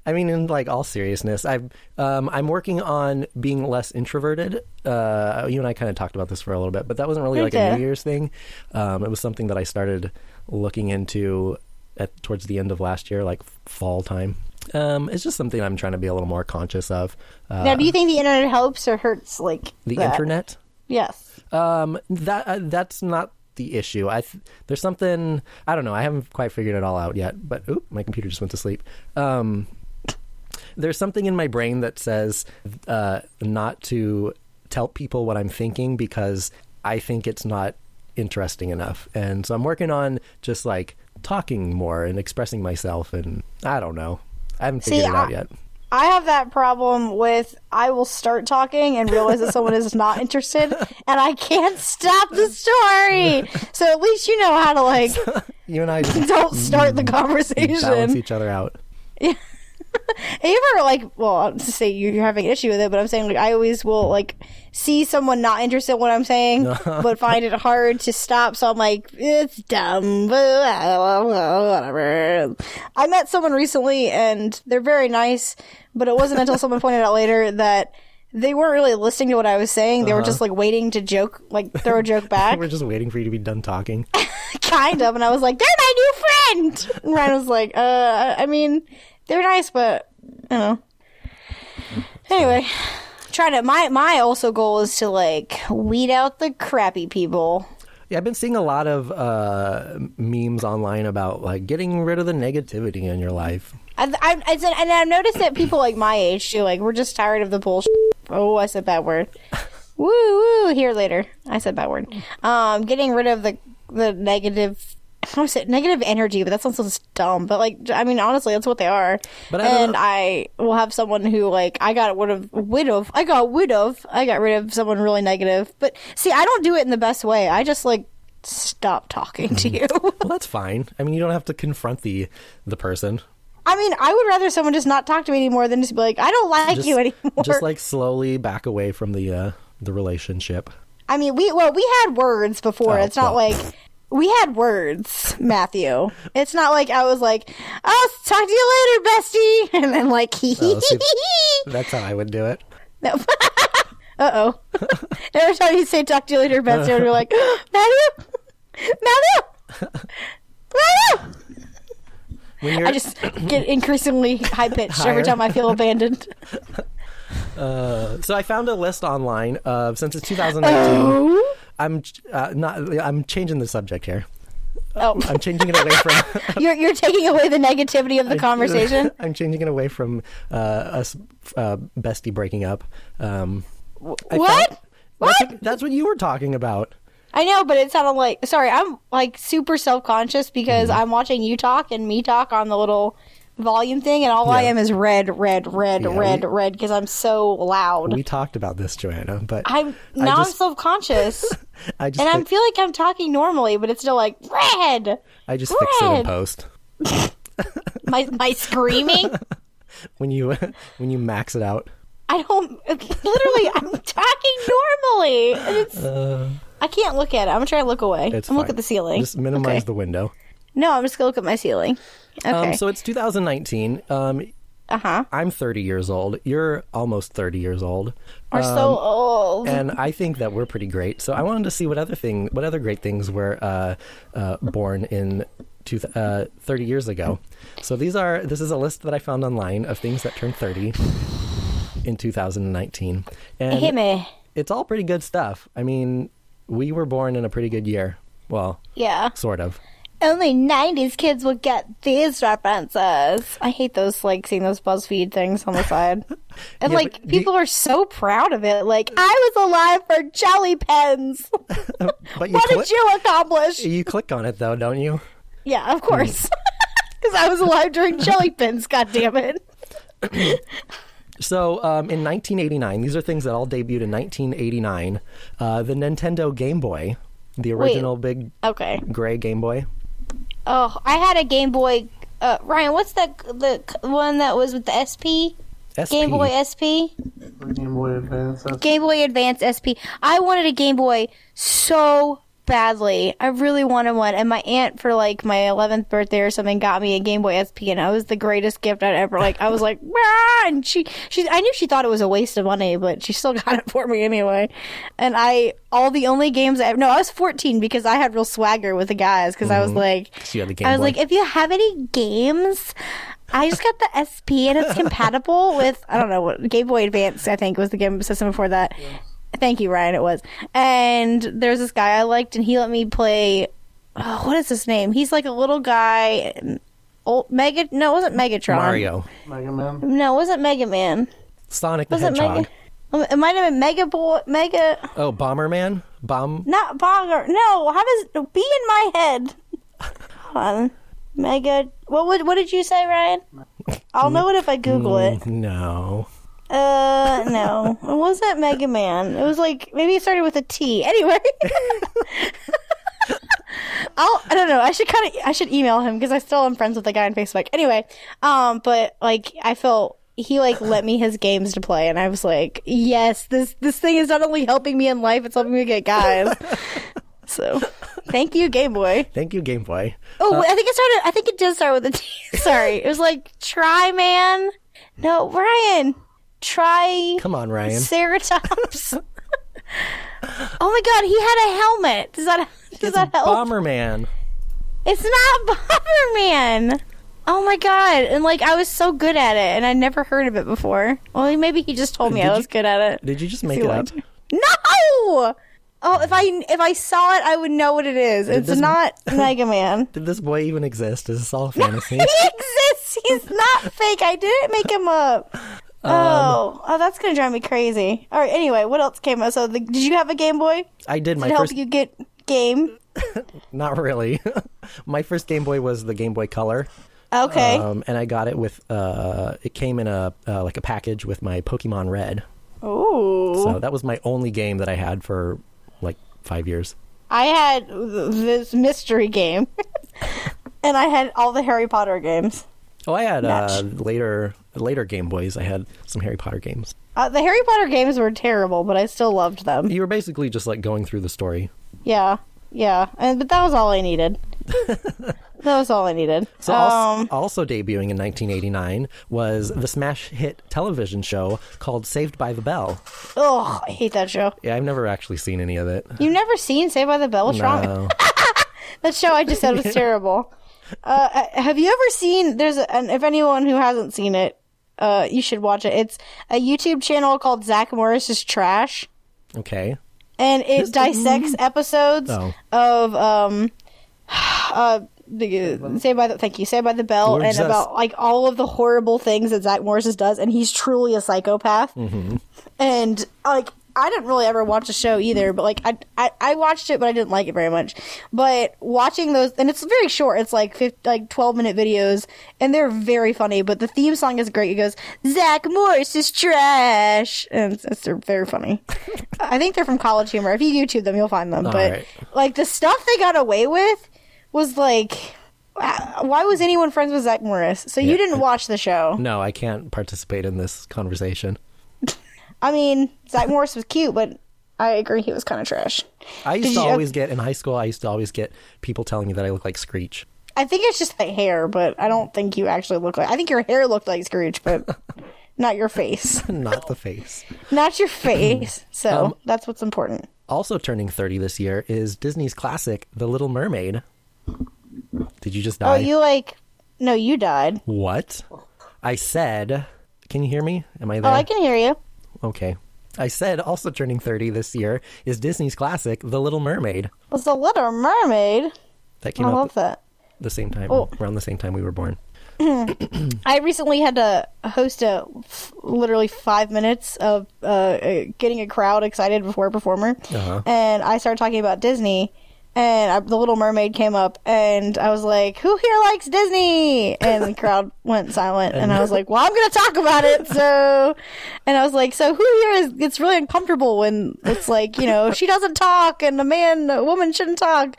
Speaker 2: I mean, in like all seriousness, I've um, I'm working on being less introverted. Uh, you and I kind of talked about this for a little bit, but that wasn't really
Speaker 1: We
Speaker 2: like a
Speaker 1: did.
Speaker 2: New Year's thing. Um, it was something that I started looking into at towards the end of last year, like fall time. Um, it's just something I'm trying to be a little more conscious of. Uh,
Speaker 1: now, do you think the internet helps or hurts? Like
Speaker 2: the
Speaker 1: that?
Speaker 2: internet.
Speaker 1: Yes.
Speaker 2: Um, that uh, that's not the issue. I th- there's something I don't know. I haven't quite figured it all out yet. But oop, my computer just went to sleep. Um, there's something in my brain that says uh, not to tell people what I'm thinking because I think it's not interesting enough. And so I'm working on just like talking more and expressing myself. And I don't know. I haven't figured it out
Speaker 1: I-
Speaker 2: yet.
Speaker 1: I have that problem with I will start talking and realize that someone is not interested, and I can't stop the story. So at least you know how to like
Speaker 2: You and I just
Speaker 1: don't start the conversation.
Speaker 2: Mm, balance each other out.
Speaker 1: Have you ever like well I'm just saying you- you're having an issue with it, but I'm saying like I always will like see someone not interested in what I'm saying but find it hard to stop, so I'm like, it's dumb, blah, blah, blah, whatever. I met someone recently and they're very nice, but it wasn't until someone pointed out later that they weren't really listening to what I was saying. They were just like waiting to joke like throw a joke back.
Speaker 2: We're just waiting for you to be done talking.
Speaker 1: kind of, and I was like, They're my new friend And Ryan was like, uh I mean, they're nice but you know. Anyway, trying to my my also goal is to like weed out the crappy people.
Speaker 2: Yeah, I've been seeing a lot of uh, memes online about like getting rid of the negativity in your life.
Speaker 1: I've, I've, it's an, and I've noticed that people like my age too, like we're just tired of the bullshit. Oh, I said that word. woo woo. Here later, I said that word. Um, getting rid of the the negative. How is it negative energy? But that sounds so dumb. But like, I mean, honestly, that's what they are.
Speaker 2: But I don't
Speaker 1: and
Speaker 2: know.
Speaker 1: I will have someone who like I got rid of, rid of, I got rid of, I got rid of someone really negative. But see, I don't do it in the best way. I just like stop talking to you.
Speaker 2: Well, that's fine. I mean, you don't have to confront the the person.
Speaker 1: I mean, I would rather someone just not talk to me anymore than just be like, I don't like
Speaker 2: Just,
Speaker 1: you anymore.
Speaker 2: just like slowly back away from the uh, the relationship.
Speaker 1: I mean, we well, we had words before.
Speaker 2: Oh,
Speaker 1: it's not
Speaker 2: well.
Speaker 1: like we had words, Matthew. it's not like I was like, "Oh, talk to you later, bestie," and then like, hee hee
Speaker 2: Oh, see-
Speaker 1: hee hee.
Speaker 2: That's how I would do it.
Speaker 1: Uh oh. Every time you say "talk to you later, bestie," I'd be like, "Oh, "Matthew, Matthew, Matthew."
Speaker 2: When you're
Speaker 1: I just get increasingly high pitched every
Speaker 2: Higher.
Speaker 1: time I feel abandoned.
Speaker 2: so I found a list online of since it's 2019.
Speaker 1: Oh.
Speaker 2: I'm uh, not. I'm changing the subject here.
Speaker 1: Oh.
Speaker 2: I'm changing it away from.
Speaker 1: You're you're taking away the negativity of the conversation.
Speaker 2: I'm changing it away from uh, us uh, bestie breaking up. Um, I
Speaker 1: what?
Speaker 2: found- That's what? That's what you were talking about.
Speaker 1: I know, but it sounded like sorry, I'm like super self conscious because
Speaker 2: Mm-hmm.
Speaker 1: I'm watching you talk and me talk on the little volume thing and all I
Speaker 2: Yeah.
Speaker 1: am is red, red, red,
Speaker 2: Yeah,
Speaker 1: red,
Speaker 2: we-
Speaker 1: red because I'm so loud.
Speaker 2: We talked about this, Joanna, but
Speaker 1: I'm now I'm
Speaker 2: I just,
Speaker 1: self conscious.
Speaker 2: I just,
Speaker 1: and I
Speaker 2: fi-
Speaker 1: feel like I'm talking normally, but it's still like red.
Speaker 2: I just fix it in
Speaker 1: red.
Speaker 2: post
Speaker 1: My my screaming.
Speaker 2: when you when you max it out.
Speaker 1: I don't literally I'm talking normally. And it's I can't look at it. I'm gonna try to look away. I'm
Speaker 2: Uh. It's
Speaker 1: gonna look
Speaker 2: fine.
Speaker 1: at the ceiling.
Speaker 2: Just minimize
Speaker 1: Okay.
Speaker 2: the window.
Speaker 1: No, I'm just gonna look at my ceiling. Okay.
Speaker 2: Um, so it's 2019. Um,
Speaker 1: uh huh.
Speaker 2: I'm 30 years old. You're almost 30 years old.
Speaker 1: We're
Speaker 2: um,
Speaker 1: so old.
Speaker 2: and I think that we're pretty great. So I wanted to see what other thing, what other great things were uh, uh, born in two, uh, 30 years ago. So these are this is a list that I found online of things that turned 30 in 2019, and
Speaker 1: Hit me.
Speaker 2: it's all pretty good stuff. I mean, we were born in a pretty good year. Well,
Speaker 1: Yeah.
Speaker 2: sort of.
Speaker 1: Only 90s kids will get these references. I hate those, like, seeing those BuzzFeed things on the side. And,
Speaker 2: Yeah,
Speaker 1: like,
Speaker 2: but do-
Speaker 1: people are so proud of it. Like, I was alive for jelly pens.
Speaker 2: But you
Speaker 1: what
Speaker 2: click
Speaker 1: did you accomplish?
Speaker 2: you click on it though, don't you?
Speaker 1: Yeah,
Speaker 2: Hmm.
Speaker 1: of course. Because I was alive during jelly pens, goddammit.
Speaker 2: So, um, in 1989, these are things that all debuted in 1989. Uh, the Nintendo Game Boy, the original big
Speaker 1: Okay.
Speaker 2: gray Game Boy.
Speaker 1: Oh, I had a Game Boy. Uh, Ryan, what's that? The c- one that was with the SP?
Speaker 2: SP.
Speaker 1: Game Boy SP?
Speaker 3: Game Boy Advance. That's
Speaker 1: Game Boy Advance SP. I wanted a Game Boy so badly. I really wanted one, and my aunt for like my 11th birthday or something got me a Game Boy SP, and it was the greatest gift I'd ever like. I was like, "Rah!" and she, she, I knew she thought it was a waste of money, but she still got it for me anyway. And I, all the only games I no, I was 14 because I had real swagger with the guys because I was like,
Speaker 2: So you had the Game
Speaker 1: I was
Speaker 2: Boy.
Speaker 1: like, if you have any games, I just got the SP and it's compatible with I don't know what Game Boy Advance I think was the game system before that. Thank you, Ryan. It was. And there's this guy I liked, and he let me play. Oh, what is his name? He's like a little guy. Old Mega? No, it wasn't Megatron.
Speaker 2: Mario,
Speaker 3: Mega Man.
Speaker 1: No, it wasn't Mega Man.
Speaker 2: Sonic the
Speaker 1: Was it
Speaker 2: Hedgehog.
Speaker 1: Mega? It might have been Mega Boy. Mega.
Speaker 2: Oh, Bomberman, Bomb.
Speaker 1: Not Bonger. No, how does be in my head? Hold on. Mega. What would what did you say, Ryan? I'll know it if I Google it.
Speaker 2: No,
Speaker 1: Uh, no, it wasn't Mega Man. It was like maybe it started with a T. Anyway, I'll I don't know. I should kind of I should email him because I still am friends with the guy on Facebook. Anyway, um, but like I felt he like let me his games to play, and I was like, yes, this this thing is not only helping me in life, it's helping me get guys. so, thank you, Game Boy.
Speaker 2: thank you, Game Boy.
Speaker 1: Oh, I think it started. I think it did start with a T. Sorry, it was like Try Man. No, Ryan. Try
Speaker 2: Come on, Ryan.
Speaker 1: Ceratops. oh my God, he had a helmet. Does that does that help?
Speaker 2: Bomberman.
Speaker 1: It's not Bomberman. Oh my god! And like I was so good at it, and I never heard of it before. Well, maybe he just told me
Speaker 2: Did
Speaker 1: I
Speaker 2: you-
Speaker 1: was good at it.
Speaker 2: Did you just make
Speaker 1: See
Speaker 2: it
Speaker 1: what?
Speaker 2: up?
Speaker 1: No! Oh, if I if I saw it, I would know what it is. It's
Speaker 2: doesn't-
Speaker 1: not Mega Man.
Speaker 2: Did this boy even exist? Is this all fantasy?
Speaker 1: he exists. He's not fake. I didn't make him up.
Speaker 2: Um,
Speaker 1: oh, oh, that's gonna drive me crazy. All right. Anyway, what else came out? So, the, did you have a Game Boy?
Speaker 2: I did
Speaker 1: Did
Speaker 2: my
Speaker 1: it help
Speaker 2: first.
Speaker 1: you get game?
Speaker 2: Not really. my first Game Boy was the Game Boy Color.
Speaker 1: Okay.
Speaker 2: Um, and I got it with. Uh, it came in a uh, like a package with my Pokemon Red.
Speaker 1: Ooh.
Speaker 2: So that was my only game that I had for like five years.
Speaker 1: I had th- this mystery game, and I had all the Harry Potter games.
Speaker 2: Oh, I had uh,
Speaker 1: Match.
Speaker 2: later later Game Boys. I had some Harry Potter games.
Speaker 1: Uh, the Harry Potter games were terrible, but I still loved them.
Speaker 2: You were basically just like going through the story.
Speaker 1: Yeah, yeah. And but that was all I needed. that was all I needed.
Speaker 2: So als-
Speaker 1: um,
Speaker 2: also debuting in 1989 was the smash hit television show called Saved by the Bell.
Speaker 1: ugh, I hate that show.
Speaker 2: Yeah, I've never actually seen any of it.
Speaker 1: You've never seen Saved by the Bell? What's wrong?
Speaker 2: No.
Speaker 1: That show I just said was terrible. Uh, uh, have you ever seen? There's a, and if anyone who hasn't seen it, uh, you should watch it. It's a YouTube channel called Zach Morris's Trash,
Speaker 2: Okay.
Speaker 1: and it dissects episodes
Speaker 2: Oh.
Speaker 1: of um, uh, the, Saved by the Thank you, Saved by the Bell,
Speaker 2: We're
Speaker 1: and
Speaker 2: just-
Speaker 1: about like all of the horrible things that Zach Morris does, and he's truly a psychopath. And like, I didn't really ever watch the show either, but like, I, I I watched it, but I didn't like it very much. But watching those, and it's very short. It's like 50, like twelve minute videos, and they're very funny. But the theme song is great. It goes Zach Morris is trash, and it's, it's- they're very funny. I think they're from College Humor. If you YouTube them, you'll find them. but
Speaker 2: right.
Speaker 1: like the stuff they got away with was like. wh- Why was anyone friends with Zach Morris? So you
Speaker 2: Yeah.
Speaker 1: didn't watch the show.
Speaker 2: No, I can't participate in this conversation.
Speaker 1: I mean, Zach Morris was cute, but I agree he was kind of trash.
Speaker 2: I used
Speaker 1: Did
Speaker 2: to
Speaker 1: you-
Speaker 2: always get in high school. I used to always get people telling me that I look like Screech.
Speaker 1: I think it's just the hair, but I don't think you actually look like. I think your hair looked like Scrooge, but not your face,
Speaker 2: Not the face.
Speaker 1: not your face. So
Speaker 2: Um,
Speaker 1: that's what's important.
Speaker 2: Also turning 30 this year is Disney's classic, The Little Mermaid. Did you just
Speaker 1: Oh,
Speaker 2: die?
Speaker 1: you like? No, you died.
Speaker 2: What? I said, can you hear me? Am I
Speaker 1: Oh,
Speaker 2: there?
Speaker 1: I can hear you.
Speaker 2: Okay. I said also turning 30 this year is Disney's classic, The Little Mermaid.
Speaker 1: Was the Little Mermaid?
Speaker 2: That came
Speaker 1: I
Speaker 2: out
Speaker 1: love
Speaker 2: th-
Speaker 1: that.
Speaker 2: the same time,
Speaker 1: Oh.
Speaker 2: around the same time we were born.
Speaker 1: I recently had to host a f- literally five minutes of uh, uh, getting a crowd excited before a performer,
Speaker 2: Uh-huh.
Speaker 1: and I started talking about Disney, and I, the Little Mermaid came up, and I was like, "Who here likes Disney?" And the crowd went silent, and I was like, "Well, I'm going to talk about it." So, and I was like, "So who here is?" It's really uncomfortable when it's like you know she doesn't talk, and a man, a woman shouldn't talk.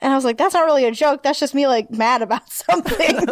Speaker 1: And I was like, that's not really a joke. That's just me like mad about something.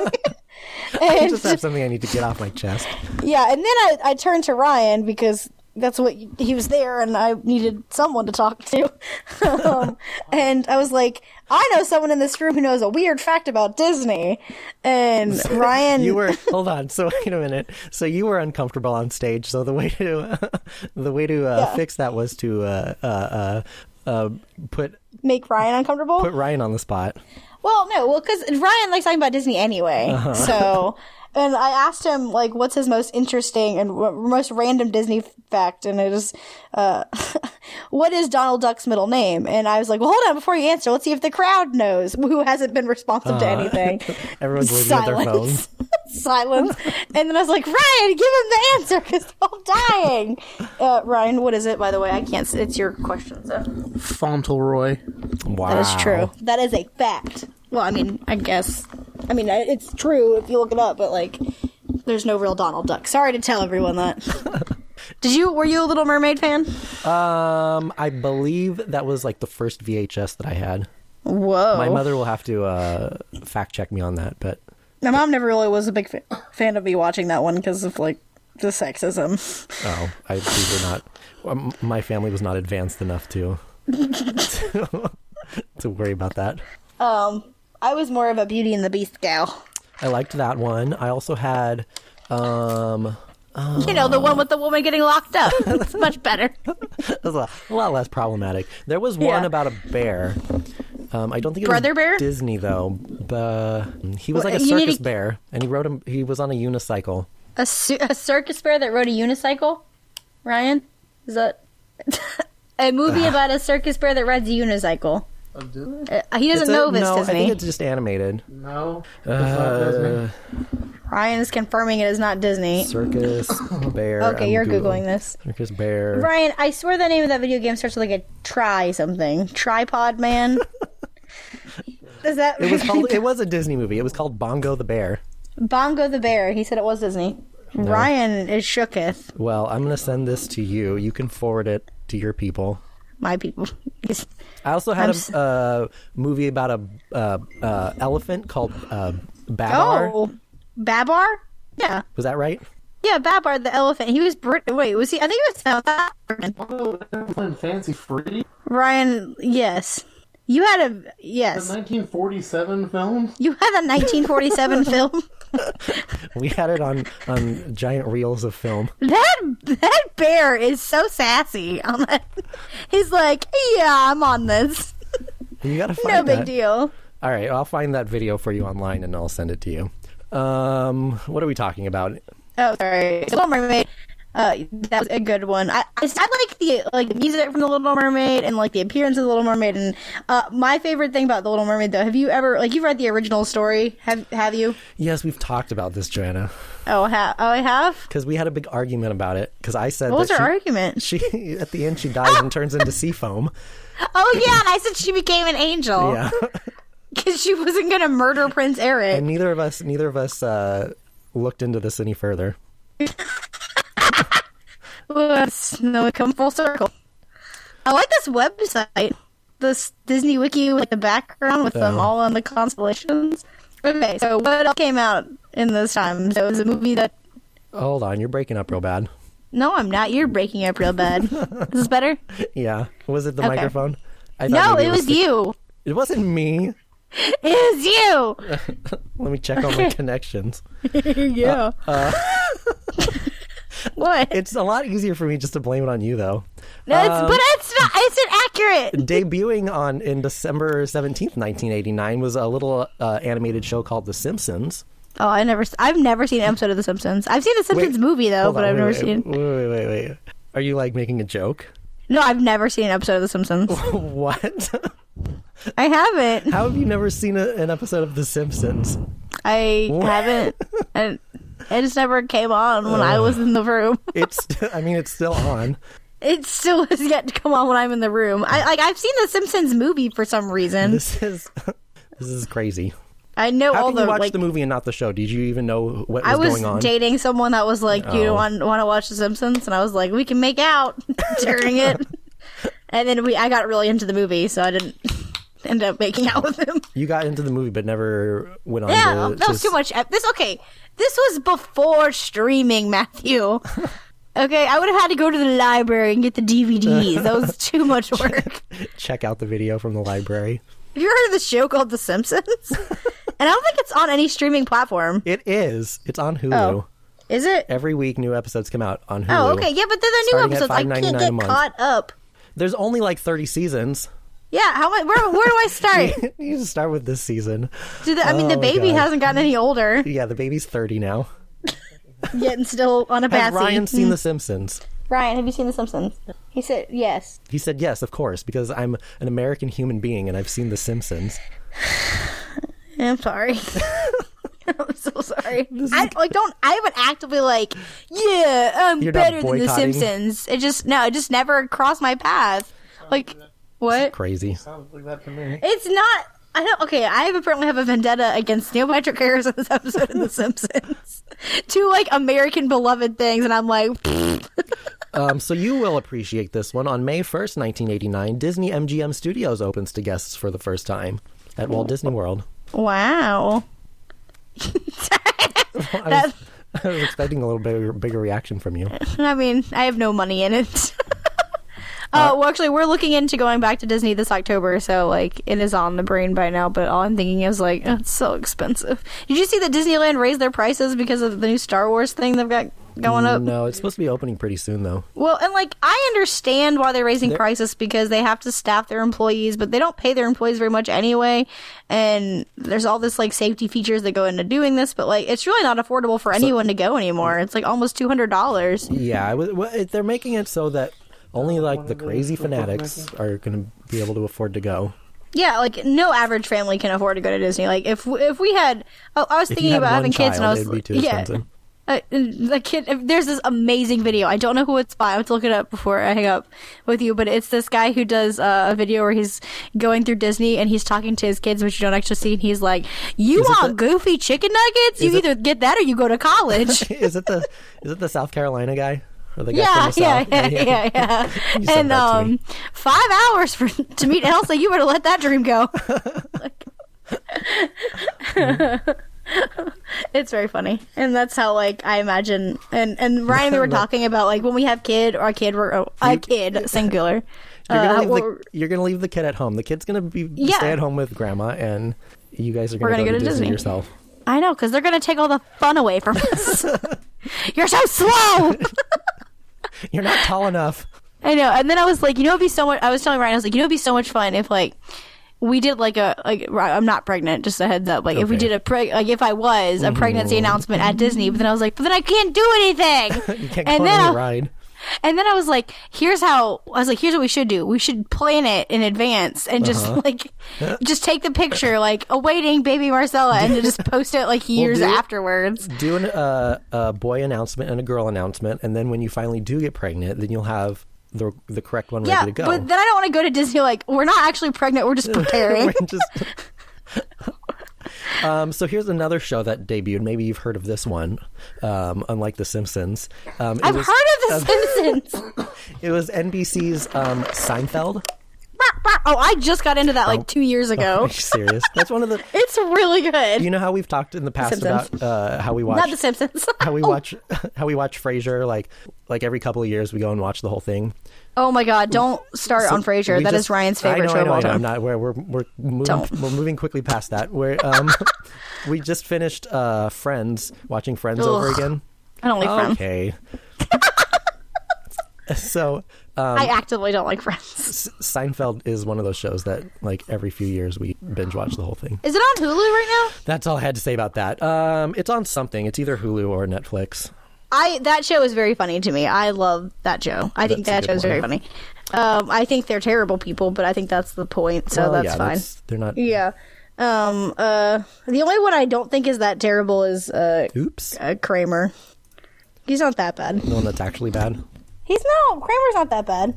Speaker 2: I
Speaker 1: And-
Speaker 2: just have something I need to get off my chest.
Speaker 1: yeah, and then I, I turned to Ryan because that's what he was there, and I needed someone to talk to. um, and I was like, I know someone in this room who knows a weird fact about Disney. And Ryan,
Speaker 2: You were hold on. So wait a minute. So you were uncomfortable on stage. So the way to the way to uh,
Speaker 1: Yeah.
Speaker 2: fix that was to uh, uh, uh, uh, put
Speaker 1: make Ryan uncomfortable.
Speaker 2: put Ryan on the spot.
Speaker 1: Well, no, well, because Ryan likes talking about Disney anyway.
Speaker 2: Uh-huh.
Speaker 1: So, and I asked him like, what's his most interesting and w- most random Disney f- fact, and it is, uh, what is Donald Duck's middle name? And I was like, well, hold on, before you answer, let's see if the crowd knows who hasn't been responsive
Speaker 2: Uh-huh.
Speaker 1: to anything.
Speaker 2: Everyone's looking at their
Speaker 1: Silence.
Speaker 2: phones.
Speaker 1: Silence. And then I was like, Ryan, give him the answer because they're all dying. Uh, Ryan, what is it, by the way? I can't, s- it's your question, so.
Speaker 3: Fauntleroy.
Speaker 2: Wow.
Speaker 1: That is true. That is a fact. Well, I mean, I guess. I mean, I- it's true if you look it up, but like, there's no real Donald Duck. Sorry to tell everyone that. Did you? Were you a Little Mermaid fan?
Speaker 2: Um, I believe that was like the first VHS that I had.
Speaker 1: Whoa.
Speaker 2: My mother will have to uh, fact check me on that, but
Speaker 1: My mom never really was a big fa- fan of me watching that one because of like the sexism.
Speaker 2: oh, I we were not. um, My family was not advanced enough to to, to worry about that.
Speaker 1: Um, I was more of a Beauty and the Beast gal.
Speaker 2: I liked that one. I also had. Um,
Speaker 1: You know, the one with the woman getting locked up. It's much better.
Speaker 2: it was a, a lot less problematic. There was one
Speaker 1: Yeah.
Speaker 2: about a bear. Um, I don't think it
Speaker 1: Brother
Speaker 2: was
Speaker 1: Bear?
Speaker 2: Disney though. But he was
Speaker 1: Well,
Speaker 2: like a
Speaker 1: you need
Speaker 2: circus
Speaker 1: to-
Speaker 2: bear, and he rode him. He was on a unicycle.
Speaker 1: A, su- a circus bear that rode a unicycle? Ryan? Is that. a movie about a circus bear that rides a unicycle.
Speaker 3: Oh, did they?
Speaker 1: Uh, he doesn't
Speaker 2: It's a-
Speaker 1: know if it's
Speaker 2: no, I
Speaker 1: Disney.
Speaker 2: think it's just animated.
Speaker 3: No. It's not
Speaker 2: Uh,
Speaker 3: Disney.
Speaker 1: Ryan is confirming it is not Disney.
Speaker 2: circus bear.
Speaker 1: Okay,
Speaker 2: I'm
Speaker 1: you're Googling this.
Speaker 2: Circus bear.
Speaker 1: Ryan, I swear the name of that video game starts with like a try something. Tripod Man? Does that.
Speaker 2: It was called. it was a Disney movie. It was called Bongo the Bear.
Speaker 1: Bongo the Bear. He said it was Disney. Ryan is shooketh.
Speaker 2: Well, I'm gonna send this to you. You can forward it to your people.
Speaker 1: My people.
Speaker 2: I also
Speaker 1: I'm
Speaker 2: had
Speaker 1: s-
Speaker 2: a uh, movie about a uh, uh, elephant called uh, Babar.
Speaker 1: Oh, Babar? Yeah.
Speaker 2: Was that right?
Speaker 1: Yeah, Babar the elephant. He was Brit. Wait, was he? I think he was South African.
Speaker 3: Oh, everyone Fancy Free?
Speaker 1: Ryan, yes. You had a.
Speaker 3: The
Speaker 1: Yes.
Speaker 3: 1947 film?
Speaker 1: You had a 1947 film.
Speaker 2: We had it on on giant reels of film.
Speaker 1: That that bear is so sassy. On that. He's like, yeah, I'm on this.
Speaker 2: You gotta find
Speaker 1: No big
Speaker 2: that.
Speaker 1: deal.
Speaker 2: All right, I'll find that video for you online and I'll send it to you. Um, what are we talking about?
Speaker 1: Oh, sorry. The Little Mermaid. Uh, that was a good one. I, I just- I like the like the music from the Little Mermaid and like the appearance of the Little Mermaid. And uh, my favorite thing about the Little Mermaid, though, have you ever like you've read the original story? Have have you?
Speaker 2: Yes, we've talked about this, Joanna,
Speaker 1: Oh, ha- oh, I have.
Speaker 2: because we had a big argument about it. Because I said
Speaker 1: What was
Speaker 2: that
Speaker 1: her
Speaker 2: she,
Speaker 1: argument?
Speaker 2: she at the end she dies and turns into sea foam.
Speaker 1: Oh yeah, and I said she became an angel
Speaker 2: Yeah.
Speaker 1: because she wasn't gonna murder Prince Eric.
Speaker 2: And neither of us, neither of us uh, looked into this any further.
Speaker 1: Oops, no, it come full circle. I like this website, this Disney Wiki with the background with them
Speaker 2: Oh.
Speaker 1: all on the constellations. Okay, so what all came out in those times? It was a movie that.
Speaker 2: Hold on, you're breaking up real bad.
Speaker 1: No, I'm not. You're breaking up real bad. This is better.
Speaker 2: Yeah, was it the
Speaker 1: Okay.
Speaker 2: microphone? I
Speaker 1: No,
Speaker 2: maybe
Speaker 1: it was
Speaker 2: the-
Speaker 1: you.
Speaker 2: It wasn't me.
Speaker 1: It was you.
Speaker 2: Let me check all my connections.
Speaker 1: yeah.
Speaker 2: Uh,
Speaker 1: what?
Speaker 2: It's a lot easier for me just to blame it on you, though.
Speaker 1: No, it's,
Speaker 2: um,
Speaker 1: but it's not. It's inaccurate.
Speaker 2: Debuting on in December seventeenth, nineteen eighty nine, was a little uh, animated show called The Simpsons.
Speaker 1: Oh, I never. s- I've never seen an episode of The Simpsons. I've seen the Simpsons movie though,
Speaker 2: Hold
Speaker 1: but
Speaker 2: on,
Speaker 1: I've never
Speaker 2: wait,
Speaker 1: seen.
Speaker 2: Wait, wait, wait, wait. Are you like making a joke?
Speaker 1: No, I've never seen an episode of The Simpsons.
Speaker 2: what?
Speaker 1: I haven't.
Speaker 2: How have you never seen a, an episode of The Simpsons?
Speaker 1: I haven't. And it just never came on when I was in the room.
Speaker 2: It's, I mean, it's still on.
Speaker 1: It still has yet to come on when I'm in the room. I like I've seen the Simpsons movie for some reason.
Speaker 2: This is, this is crazy.
Speaker 1: I know
Speaker 2: How
Speaker 1: all
Speaker 2: can you
Speaker 1: the
Speaker 2: watch
Speaker 1: like.
Speaker 2: the movie and not the show? Did you even know what was,
Speaker 1: I was
Speaker 2: going on?
Speaker 1: dating someone that was like, "You
Speaker 2: Oh.
Speaker 1: want want to watch The Simpsons?" And I was like, "We can make out during it." and then we, I got really into the movie, so I didn't end up making out with him.
Speaker 2: you got into the movie but never went on.
Speaker 1: Yeah,
Speaker 2: to,
Speaker 1: that was
Speaker 2: to-
Speaker 1: too much. ep- This okay. This was before streaming, Matthew. Okay, I would have had to go to the library and get the DVDs. That was too much work.
Speaker 2: Check out the video from the library.
Speaker 1: Have you heard of the show called The Simpsons? and I don't think it's on any streaming platform.
Speaker 2: It is. It's on Hulu.
Speaker 1: Oh. Is it?
Speaker 2: Every week, new episodes come out on Hulu.
Speaker 1: Oh, okay. Yeah, but they're the new
Speaker 2: Starting at
Speaker 1: episodes. I can't
Speaker 2: $5.99 a
Speaker 1: get
Speaker 2: month.
Speaker 1: caught up.
Speaker 2: There's only like 30 seasons.
Speaker 1: Yeah, how am I, where where do I start?
Speaker 2: you just start with this season.
Speaker 1: Do the, I mean, the
Speaker 2: Oh,
Speaker 1: baby
Speaker 2: God.
Speaker 1: hasn't gotten any older
Speaker 2: Yeah, the baby's 30 now.
Speaker 1: yet, and still on a
Speaker 2: Has
Speaker 1: bassy.
Speaker 2: Ryan seen The Simpsons?
Speaker 1: Ryan, have you seen The Simpsons? He said yes.
Speaker 2: He said yes, of course, because I'm an American human being and I've seen The Simpsons.
Speaker 1: I'm sorry. I'm so sorry. I like don't. I haven't actively like, yeah, I'm
Speaker 2: You're not
Speaker 1: better than the
Speaker 2: boycotting?
Speaker 1: Simpsons. It just no, it just never crossed my path. Like, what?
Speaker 2: Crazy.
Speaker 3: Sounds like that to me.
Speaker 1: It's not. I don't. Okay, I have apparently have a vendetta against Neil Patrick Harris in this episode of The Simpsons. Two like American beloved things, and I'm like,
Speaker 2: Um, so you will appreciate this one. On May 1st, 1989, Disney MGM Studios opens to guests for the first time at Walt Disney World.
Speaker 1: wow.
Speaker 2: I was,
Speaker 1: That-
Speaker 2: I was expecting a little bigger, bigger reaction from you.
Speaker 1: I mean, I have no money in it. uh, well, actually, we're looking into going back to Disney this October, so like it is on the brain by now. But all I'm thinking is like, oh, it's so expensive. Did you see that Disneyland raised their prices because of the new Star Wars thing they've got going up.
Speaker 2: No, it's supposed to be opening pretty soon though.
Speaker 1: Well, and like I understand why they're raising prices because they have to staff their employees, but they don't pay their employees very much anyway. And there's all this like safety features that go into doing this, but like it's really not affordable for anyone to go anymore. It's like almost two hundred dollars.
Speaker 2: Yeah, I was, well, it- they're making it so that only like the crazy fanatics are going to be able to afford to go.
Speaker 1: Yeah, like no average family can afford to go to Disney. Like if if we had, oh, I was
Speaker 2: If you
Speaker 1: thinking
Speaker 2: had
Speaker 1: about
Speaker 2: one
Speaker 1: having kids, and I
Speaker 2: child,
Speaker 1: was
Speaker 2: it'd be too
Speaker 1: yeah.
Speaker 2: expensive.
Speaker 1: Uh, the kid, there's this amazing video. I don't know who it's by. I have to look it up before I hang up with you. But it's this guy who does uh, a video where he's going through Disney and he's talking to his kids, which you don't actually see. And he's like, "You
Speaker 2: Is it
Speaker 1: want
Speaker 2: the-
Speaker 1: goofy chicken nuggets? You
Speaker 2: Is it-
Speaker 1: either get that or you go to college."
Speaker 2: is it the is it the South Carolina guy or the guy
Speaker 1: Yeah,
Speaker 2: from the
Speaker 1: yeah,
Speaker 2: South?
Speaker 1: yeah, yeah, yeah.
Speaker 2: You said
Speaker 1: and
Speaker 2: that to me.
Speaker 1: um, five hours for to meet Elsa. You better let that dream go. Like- it's very funny, and that's how like I imagine. And and Ryan, and we were talking about like when we have kid or a kid, we're oh, a kid singular.
Speaker 2: You're
Speaker 1: Uh,
Speaker 2: gonna, leave
Speaker 1: we're,
Speaker 2: the, you're gonna leave the kid at home. The kid's gonna be
Speaker 1: Yeah.
Speaker 2: stay at home with grandma, and you guys are
Speaker 1: We're
Speaker 2: gonna, go, to, Disney, yourself.
Speaker 1: I know because they're gonna take all the fun away from us. You're so slow.
Speaker 2: You're not tall enough.
Speaker 1: I know. And then I was like, you know, it'd be so much. I was telling Ryan, I was like, you know, it'd be so much fun if like we did like a like. Ri- I'm not pregnant. Just a heads up. Like if we
Speaker 2: Okay. Mm-hmm.
Speaker 1: did a preg like if I was a pregnancy announcement at Disney, but then I was like, but then I can't do anything.
Speaker 2: You can't
Speaker 1: And
Speaker 2: go on
Speaker 1: then-
Speaker 2: any ride.
Speaker 1: and then I was like, here's how. I was like, here's what we should do. We should plan it in advance and just
Speaker 2: Uh-huh.
Speaker 1: like just take the picture like awaiting baby Marcella and then just post it like years
Speaker 2: do it.
Speaker 1: afterwards.
Speaker 2: Do an, uh, a boy announcement and a girl announcement, and then when you finally do get pregnant, then you'll have the the correct one
Speaker 1: Yeah,
Speaker 2: ready to go.
Speaker 1: but then I don't want to go to Disney. Like we're not actually pregnant. We're just preparing.
Speaker 2: We're just- um, so here's another show that debuted. Maybe you've heard of this one. Um, unlike The Simpsons, um, it
Speaker 1: I've
Speaker 2: was
Speaker 1: heard of The Simpsons.
Speaker 2: it was NBC's um, Seinfeld.
Speaker 1: Oh, I just got into that
Speaker 2: Oh.
Speaker 1: like two years
Speaker 2: Are
Speaker 1: ago.
Speaker 2: you serious? That's one of the.
Speaker 1: It's really good.
Speaker 2: You know how we've talked in the past
Speaker 1: Simpsons.
Speaker 2: about uh, how we watch
Speaker 1: Not The Simpsons.
Speaker 2: how we watch how we watch Frasier. Like like every couple of years, we go and watch the whole thing.
Speaker 1: oh my god, don't start on Frasier. That
Speaker 2: We
Speaker 1: is
Speaker 2: just-
Speaker 1: Ryan's favorite
Speaker 2: I know,
Speaker 1: show
Speaker 2: I
Speaker 1: of
Speaker 2: know,
Speaker 1: all
Speaker 2: I know.
Speaker 1: time.
Speaker 2: I'm not. We're we're we're moving,
Speaker 1: Don't.
Speaker 2: we're moving quickly past that. We're um, we just finished uh, Friends, watching Friends over
Speaker 1: Ugh.
Speaker 2: again.
Speaker 1: I don't like Friends.
Speaker 2: Okay. so um,
Speaker 1: I actively don't like Friends.
Speaker 2: S- Seinfeld is one of those shows that like every few years we binge watch the whole thing.
Speaker 1: Is it on Hulu right now?
Speaker 2: That's all I had to say about that. Um, it's on something. It's either Hulu or Netflix.
Speaker 1: I that show is very funny to me. I love that show. I think
Speaker 2: That's
Speaker 1: that
Speaker 2: a
Speaker 1: show is
Speaker 2: good
Speaker 1: very funny. Um, I think they're terrible people, but I think that's the point. So
Speaker 2: Well,
Speaker 1: Oh, that's
Speaker 2: Oh, yeah,
Speaker 1: fine.
Speaker 2: they're not.
Speaker 1: Yeah. Um. Uh. The only one I don't think is that terrible is uh,
Speaker 2: Oops.
Speaker 1: uh Kramer. He's not that bad.
Speaker 2: The one that's actually bad.
Speaker 1: He's no Kramer's not that bad.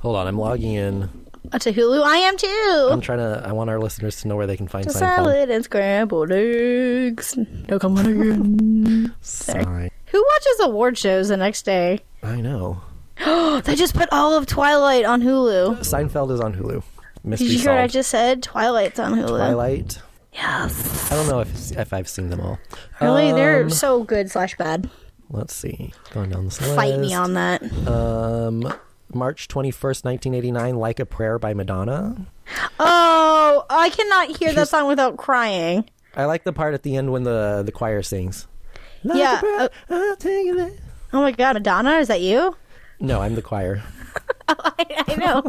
Speaker 2: Hold on, I'm logging in.
Speaker 1: Uh, to Hulu. I am too.
Speaker 2: I'm trying to. I want our listeners to know where they can find Seinfeld.
Speaker 1: Salad and scrambled eggs. No, come on again.
Speaker 2: Sigh.
Speaker 1: Who watches award shows the next day?
Speaker 2: I know.
Speaker 1: They just put all of Twilight on Hulu.
Speaker 2: Seinfeld is on Hulu. Mystery
Speaker 1: Did you hear what I
Speaker 2: solved.
Speaker 1: just said? Twilight's on Hulu.
Speaker 2: Twilight.
Speaker 1: Yes.
Speaker 2: I don't know if if I've seen them all.
Speaker 1: Really, they're
Speaker 2: Um,
Speaker 1: so good slash bad.
Speaker 2: Let's see. Going down this list.
Speaker 1: Fight me on that.
Speaker 2: Um, March 21st, 1989, Like a Prayer by Madonna.
Speaker 1: Oh, I cannot hear that song without crying.
Speaker 2: I like the part at the end when the the choir sings. Like
Speaker 1: Yeah,
Speaker 2: a prayer,
Speaker 1: uh,
Speaker 2: I'll take you there.
Speaker 1: Oh my god, Adana, is that you?
Speaker 2: No, I'm the choir.
Speaker 1: I, I know.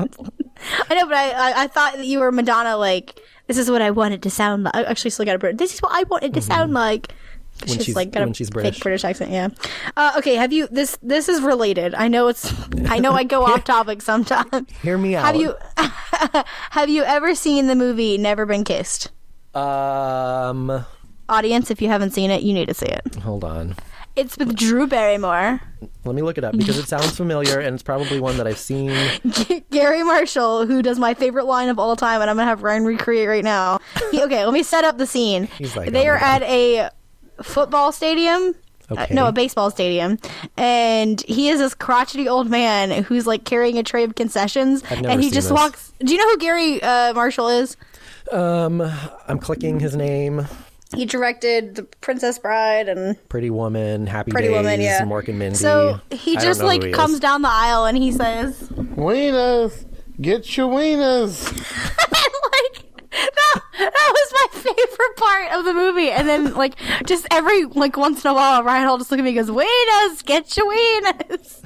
Speaker 1: I know, but I, I, I thought that you were Madonna, like, this is what I wanted to sound like. I actually still got a Brit. This is what I wanted to sound like.
Speaker 2: Mm-hmm. When she's-
Speaker 1: got
Speaker 2: when
Speaker 1: a
Speaker 2: she's
Speaker 1: fake
Speaker 2: British.
Speaker 1: British accent, yeah. Uh, okay, have you this? This is related. I know it's. I know I go off topic sometimes.
Speaker 2: Hear me out.
Speaker 1: Have you have you ever seen the movie Never Been Kissed?
Speaker 2: Um,
Speaker 1: Audience, if you haven't seen it, you need to see it.
Speaker 2: hold on.
Speaker 1: It's with Drew Barrymore,
Speaker 2: Let me look it up because it sounds familiar and it's probably one that I've seen.
Speaker 1: Gary Marshall, who does my favorite line of all time, and I'm gonna have Ryan recreate right now. He, okay, let me set up the scene.
Speaker 2: He's like,
Speaker 1: they
Speaker 2: "Oh
Speaker 1: are
Speaker 2: my
Speaker 1: at
Speaker 2: God."
Speaker 1: a football stadium. uh,
Speaker 2: Okay.
Speaker 1: no, a baseball stadium, and he is this crotchety old man who's like carrying a tray of concessions,
Speaker 2: I've never
Speaker 1: and he
Speaker 2: seen
Speaker 1: just
Speaker 2: this.
Speaker 1: walks. Do you know who Gary uh, Marshall is?
Speaker 2: Um, I'm clicking his name.
Speaker 1: He directed The Princess Bride and
Speaker 2: Pretty Woman, Happy
Speaker 1: Pretty
Speaker 2: Days,
Speaker 1: Woman, yeah.
Speaker 2: Mork and Mindy.
Speaker 1: So he
Speaker 2: I
Speaker 1: just
Speaker 2: don't know
Speaker 1: like
Speaker 2: who he
Speaker 1: comes
Speaker 2: is.
Speaker 1: down the aisle and he says,
Speaker 3: Wieners! Get your wieners!
Speaker 1: and, like, that, that was my favorite part of the movie. And then, like, just every, like, once in a while, Ryan will just look at me and goes, Weenus, get your weenus.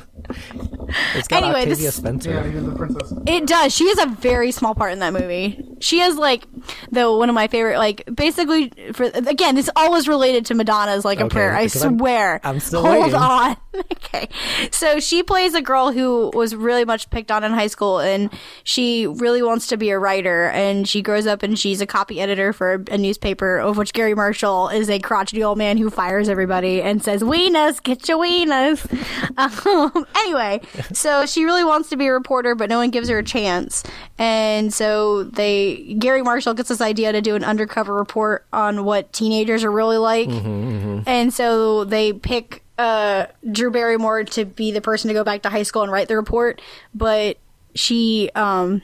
Speaker 2: It's got
Speaker 1: Anyway,
Speaker 2: Octavia
Speaker 1: this-
Speaker 2: Spencer.
Speaker 3: Yeah, you're the princess.
Speaker 1: It does. She has a very small part in that movie. She has like, though one of my favorite, like basically for again, this all is related to Madonna's like a
Speaker 2: Okay,
Speaker 1: prayer. I
Speaker 2: because I'm-
Speaker 1: swear.
Speaker 2: I'm still
Speaker 1: Hold
Speaker 2: waiting.
Speaker 1: on. okay, so she plays a girl who was really much picked on in high school, and she really wants to be a writer. And she grows up and she's a copy editor for a, newspaper, of which Gary Marshall is a crotchety old man who fires everybody and says, "Weenus, get your weenus." Um, anyway, so she really wants to be a reporter, but no one gives her a chance. And so they, Gary Marshall gets this idea to do an undercover report on what teenagers are really like.
Speaker 2: Mm-hmm.
Speaker 1: And so they pick uh, Drew Barrymore to be the person to go back to high school and write the report, but she, um,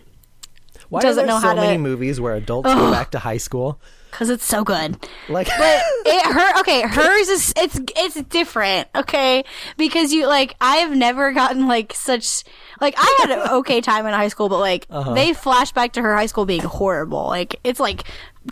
Speaker 2: Why
Speaker 1: doesn't
Speaker 2: are there
Speaker 1: know
Speaker 2: so
Speaker 1: how to-
Speaker 2: many movies where adults go back to high school?
Speaker 1: cause it's so good.
Speaker 2: Like,
Speaker 1: but it her okay hers is it's it's different okay because you like i have never gotten like such like i had an okay time in high school but like
Speaker 2: Uh-huh.
Speaker 1: they flash back to her high school being horrible like it's like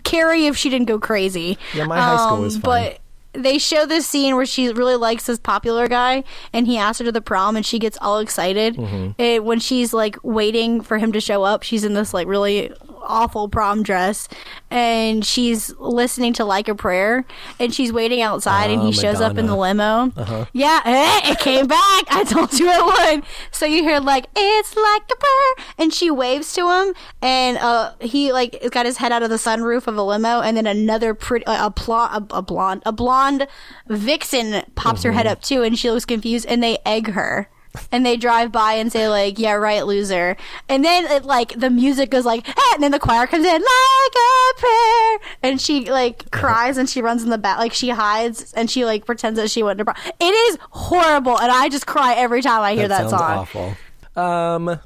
Speaker 1: carrie if she didn't go crazy Um,
Speaker 2: Yeah, my high school was fun.
Speaker 1: but they show this scene where she really likes this popular guy and he asks her to the prom and she gets all excited and when she's like waiting for him to show up she's in this like really awful prom dress and she's listening to like a prayer and she's waiting outside and
Speaker 2: Ah,
Speaker 1: he shows up in
Speaker 2: Madonna.
Speaker 1: the limo yeah eh, it came back i told you it would so you hear like it's like a prayer and she waves to him and uh he like got his head out of the sunroof of a limo and then another pretty uh, a, pl- a, a blonde a blonde vixen pops her head up too and she looks confused and they egg her and they drive by and say like yeah right loser and then it like the music goes like "Ah," and then the choir comes in like a prayer and she
Speaker 2: Uh-huh.
Speaker 1: like cries and she runs in the back like she hides and she like pretends that she went to prom. it is horrible and i just cry every time i hear that,
Speaker 2: sounds
Speaker 1: song
Speaker 2: awful. Um,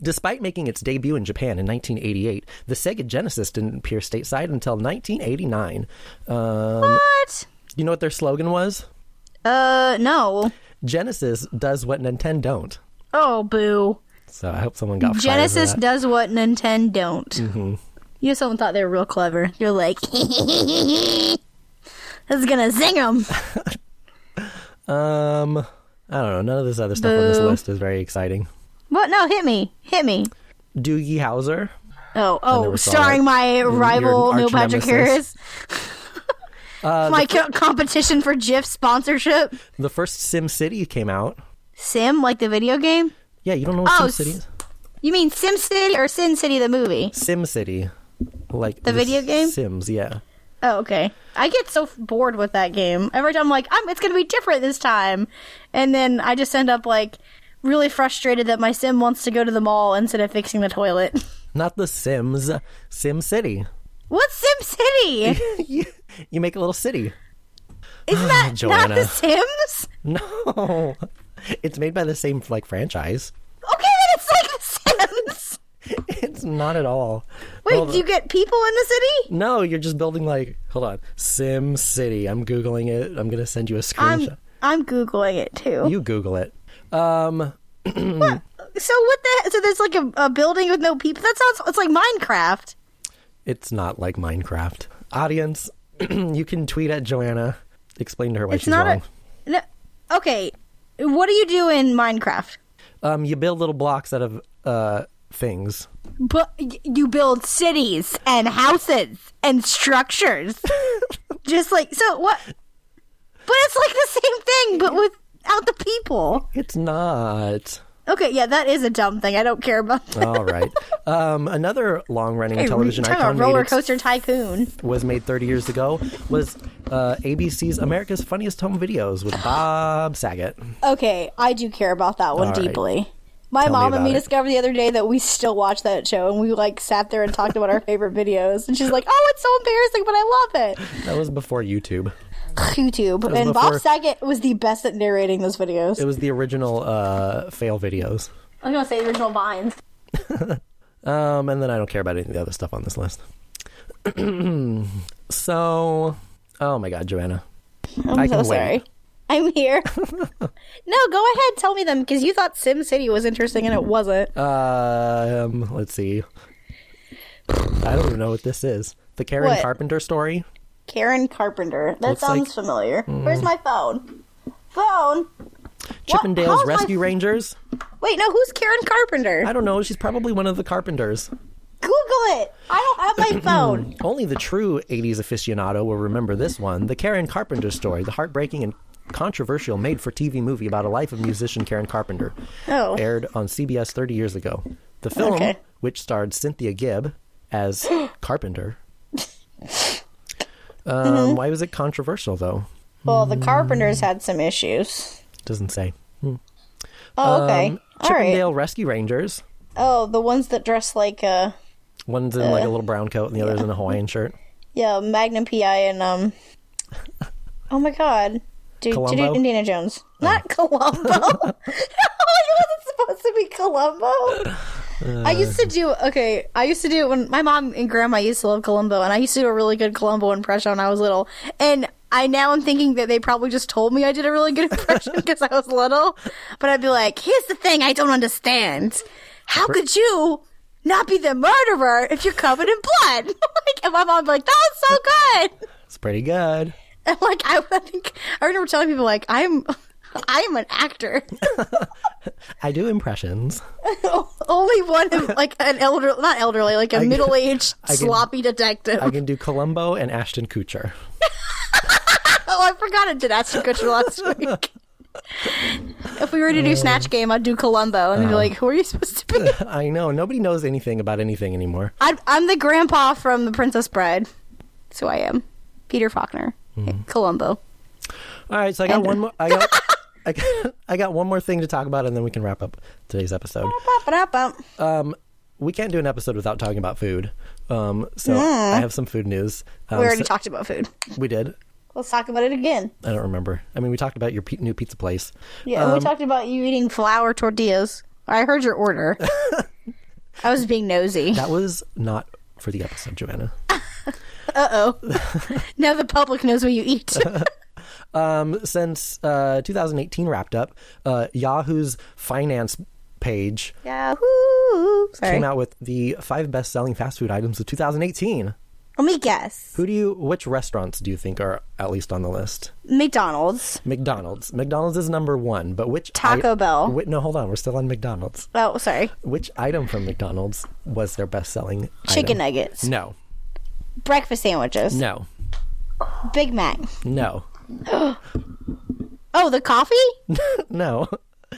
Speaker 2: despite making its debut in Japan in 1988, the Sega Genesis didn't appear stateside until 1989. Um,
Speaker 1: what
Speaker 2: you know what their slogan was?
Speaker 1: uh no
Speaker 2: Genesis does what Nintendo don't.
Speaker 1: oh boo
Speaker 2: So I hope someone got fired for
Speaker 1: genesis
Speaker 2: that. Mm-hmm.
Speaker 1: does what nintendo don't you know someone thought they were real clever you're like this is gonna zing them
Speaker 2: Um, I don't know. None of this other stuff on this
Speaker 1: Boo.
Speaker 2: list is very exciting.
Speaker 1: what no hit me hit me
Speaker 2: Doogie Howser.
Speaker 1: Oh, oh,
Speaker 2: never saw
Speaker 1: starring
Speaker 2: that.
Speaker 1: my rival
Speaker 2: arch
Speaker 1: Neil Patrick
Speaker 2: nemesis.
Speaker 1: Harris.
Speaker 2: Uh,
Speaker 1: my co- competition for GIF sponsorship.
Speaker 2: The first Sim City came out.
Speaker 1: Sim, like the video game?
Speaker 2: Yeah, you don't know what
Speaker 1: Oh,
Speaker 2: Sim City is?
Speaker 1: You mean Sim City or Sin City the movie?
Speaker 2: Sim City. Like
Speaker 1: The video game?
Speaker 2: Sims, yeah.
Speaker 1: Oh, okay. I get so f- bored with that game. Every time I'm like, I'm, it's going to be different this time. And then I just end up like really frustrated that my Sim wants to go to the mall instead of fixing the toilet.
Speaker 2: Not the Sims, Sim City.
Speaker 1: What's Sim City?
Speaker 2: you, you make a little city.
Speaker 1: Isn't that not
Speaker 2: Joanna.
Speaker 1: the Sims?
Speaker 2: No. It's made by the same like franchise.
Speaker 1: Okay, then it's like the Sims.
Speaker 2: It's not at all.
Speaker 1: Wait,
Speaker 2: Hold
Speaker 1: do you get people in the city?
Speaker 2: No, you're just building like hold on. Sim City. I'm googling it. I'm going to send you a
Speaker 1: I'm
Speaker 2: screenshot.
Speaker 1: I'm googling it too.
Speaker 2: You google it. Um
Speaker 1: so what the so there's like a, a building with no people. That sounds it's like Minecraft.
Speaker 2: it's not like Minecraft. Audience, you can tweet at Joanna. Explain to her why
Speaker 1: It's
Speaker 2: she's
Speaker 1: not
Speaker 2: wrong.
Speaker 1: a no, okay. What do you do in Minecraft?
Speaker 2: Um, you build little blocks out of uh things.
Speaker 1: But y- you build cities and houses and structures, just like so. What? But it's like the same thing, but without the people.
Speaker 2: It's not.
Speaker 1: Okay, yeah, that is a dumb thing. I don't care about. That.
Speaker 2: All right. Um, another long-running television
Speaker 1: Talking about
Speaker 2: icon made
Speaker 1: roller
Speaker 2: its-
Speaker 1: coaster tycoon.
Speaker 2: was made 30 years ago was uh, ABC's America's Funniest Home Videos with Bob Saget.
Speaker 1: Okay, I do care about that one
Speaker 2: All right.
Speaker 1: deeply. My
Speaker 2: Tell me
Speaker 1: mom and
Speaker 2: about
Speaker 1: me
Speaker 2: it.
Speaker 1: discovered the other day that we still watch that show, and we like sat there and talked about our favorite videos. And she's like, "Oh, it's so embarrassing, but I
Speaker 2: That was before YouTube.
Speaker 1: love it." YouTube and Bob
Speaker 2: before-
Speaker 1: Saget was the best at narrating those videos.
Speaker 2: It was the original uh, fail videos.
Speaker 1: I was gonna say the original Vines.
Speaker 2: Um, and then I don't care about any of the other stuff on this list. so, oh my God, Joanna.
Speaker 1: I'm
Speaker 2: I
Speaker 1: so
Speaker 2: can wait.
Speaker 1: sorry. I'm here. no, go ahead, tell me them because you thought Sim City was interesting and it wasn't.
Speaker 2: Um, let's see. I don't even know what this is. The Karen
Speaker 1: What?
Speaker 2: Carpenter story.
Speaker 1: Karen Carpenter. That
Speaker 2: Looks
Speaker 1: sounds
Speaker 2: like- Mm.
Speaker 1: familiar. Where's my phone? Phone. What?
Speaker 2: Chippendales
Speaker 1: How's my-
Speaker 2: Rescue Rangers.
Speaker 1: Wait, no. Who's Karen Carpenter?
Speaker 2: I don't know. She's probably one of the Carpenters.
Speaker 1: Google it. I don't have my phone.
Speaker 2: Only the true 80s aficionado will remember this one the Karen Carpenter story, the heartbreaking and controversial made for TV movie about a life of musician Karen Carpenter.
Speaker 1: Oh.
Speaker 2: Aired on CBS 30 years ago. The film,
Speaker 1: Okay.
Speaker 2: which starred Cynthia Gibb as Carpenter. Um,
Speaker 1: Mm-hmm.
Speaker 2: Why was it controversial, though?
Speaker 1: Well, the Carpenters had some issues.
Speaker 2: Doesn't say.
Speaker 1: Oh, okay.
Speaker 2: Um,
Speaker 1: All right.
Speaker 2: Chippendale Rescue Rangers.
Speaker 1: Oh, the ones that dress like uh,
Speaker 2: One's in
Speaker 1: Eh.
Speaker 2: like a little brown coat and the other's in a Hawaiian shirt.
Speaker 1: yeah, Magnum PI and um. Oh my God. Dude,
Speaker 2: Columbo? Oh.
Speaker 1: Indiana Jones. Not Columbo. no, it wasn't supposed to be Columbo. I used to do okay. I used to do it when my mom and grandma used to love Columbo, and I used to do a really good Columbo impression when I was little. And I now am thinking that they probably just told me I did a really good impression because I was little. But I'd be like, "Here's the thing I don't understand. How could you not be the murderer if you're covered in blood?" like, and my mom would be like, "That was so good."
Speaker 2: It's pretty good.
Speaker 1: And like I, I think I remember telling people like I'm I am an actor.
Speaker 2: I do impressions.
Speaker 1: Only one of like an elder not elderly, like a middle aged
Speaker 2: can-
Speaker 1: sloppy detective.
Speaker 2: I can do Columbo and Ashton Kutcher.
Speaker 1: oh, I forgot I did Ashton Kutcher last week. if we were
Speaker 2: Uh,
Speaker 1: to do Snatch Game, I'd do Columbo and they'd be like, Who are you supposed to be?
Speaker 2: I know. Nobody knows anything about anything anymore.
Speaker 1: I'd, I'm the grandpa from The Princess Bride. That's who I am. Peter Faulkner.
Speaker 2: Mm-hmm.
Speaker 1: Columbo.
Speaker 2: All right, so I got one more. I got, I got, I got one more thing to talk about, and then we can wrap up today's episode.
Speaker 1: Ba-ba-da-bum.
Speaker 2: Um, we can't do an episode without talking about food. Um, so I have some food news. Um,
Speaker 1: We already
Speaker 2: so-
Speaker 1: talked about food.
Speaker 2: we did.
Speaker 1: Let's talk about it again.
Speaker 2: I don't remember. I mean, we talked about your pe- new pizza place.
Speaker 1: Yeah,
Speaker 2: Um,
Speaker 1: we talked about you eating flour tortillas. I heard your order. I was being nosy.
Speaker 2: That was not for the episode, Joanna.
Speaker 1: Now the public knows what you eat.
Speaker 2: um, since uh, 2018 wrapped up, uh, Yahoo's finance page
Speaker 1: Yahoo! Sorry.
Speaker 2: came out with the five best-selling fast food items of 2018.
Speaker 1: Let me guess.
Speaker 2: Who do you? Which restaurants do you think are at least on the list?
Speaker 1: McDonald's.
Speaker 2: McDonald's. McDonald's is number one, but which
Speaker 1: Taco Bell.
Speaker 2: Wait, no, hold on. We're still on McDonald's.
Speaker 1: Oh, sorry.
Speaker 2: Which item from McDonald's was their best-selling
Speaker 1: Chicken
Speaker 2: item?
Speaker 1: nuggets.
Speaker 2: No,
Speaker 1: Breakfast sandwiches.
Speaker 2: no,
Speaker 1: Big Mac.
Speaker 2: no,
Speaker 1: Oh, the coffee?
Speaker 2: no,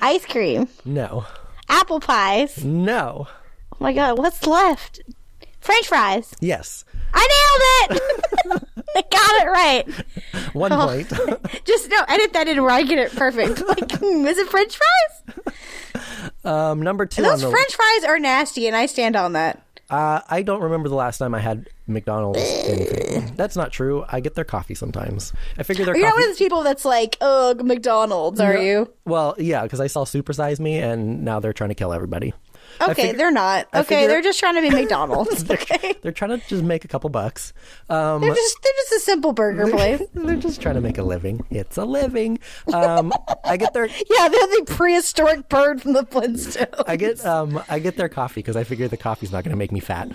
Speaker 1: Ice cream.
Speaker 2: no,
Speaker 1: Apple pies.
Speaker 2: no.
Speaker 1: Oh my god, what's left? French fries.
Speaker 2: Yes,
Speaker 1: I nailed it! I got it right.
Speaker 2: one
Speaker 1: Oh.
Speaker 2: point.
Speaker 1: Just no, edit that in where I get it perfect. Like, hmm, is it French fries?
Speaker 2: um, number two on
Speaker 1: Those
Speaker 2: the
Speaker 1: French fries are nasty, and I stand on that.
Speaker 2: Uh, I don't remember the last time I had McDonald's. in- That's not true. I get their coffee sometimes. I figure their
Speaker 1: You're not
Speaker 2: coffee.
Speaker 1: one of those people that's like, ugh, McDonald's, are you?
Speaker 2: Well, yeah, because I saw Supersize Me, and now they're trying to kill everybody.
Speaker 1: Okay,
Speaker 2: figure-
Speaker 1: they're not. Okay,
Speaker 2: figure-
Speaker 1: they're just trying to be McDonald's. okay,
Speaker 2: They're trying to just make a couple bucks. Um,
Speaker 1: they're just they're just a simple burger place.
Speaker 2: They're just trying to make a living. It's a living. Um, I get their
Speaker 1: yeah, they're the prehistoric bird from the Flintstones.
Speaker 2: I get um I get their coffee because I figure the coffee's not going to make me fat.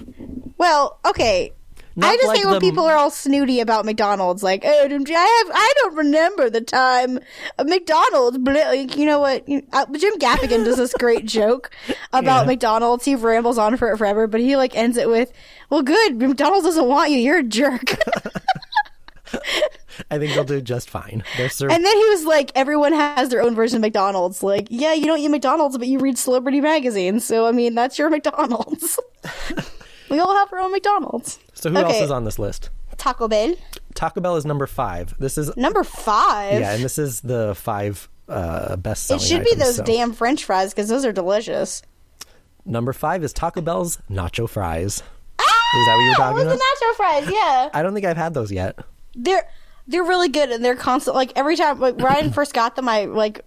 Speaker 1: well, okay.
Speaker 2: Not
Speaker 1: I just
Speaker 2: like
Speaker 1: hate when
Speaker 2: the-
Speaker 1: people are all snooty about McDonald's. Like, oh, Jim, I have, I don't remember the time of McDonald's. But like, you know what? You- uh, Jim Gaffigan does this great joke about
Speaker 2: Yeah.
Speaker 1: McDonald's. He rambles on for it forever, but he like ends it with, "Well, good. McDonald's doesn't want you. You're a jerk."
Speaker 2: I think they'll do just fine. They're served.
Speaker 1: And then he was like, everyone has their own version of McDonald's. Like, yeah, you don't eat McDonald's, but you read celebrity magazines. So, I mean, that's your McDonald's. we all have our own McDonald's.
Speaker 2: so who
Speaker 1: okay.
Speaker 2: else is on this list?
Speaker 1: Taco Bell.
Speaker 2: Taco Bell is number five. This is
Speaker 1: Number five.
Speaker 2: yeah, and this is the five uh best.
Speaker 1: it should be those damn french fries because those are delicious.
Speaker 2: Number five is Taco Bell's nacho fries. is that what you're talking
Speaker 1: Ah! Those
Speaker 2: about?
Speaker 1: nacho fries, yeah.
Speaker 2: I don't think I've had those yet.
Speaker 1: They're they're really good and they're constant like every time like Ryan first got them I like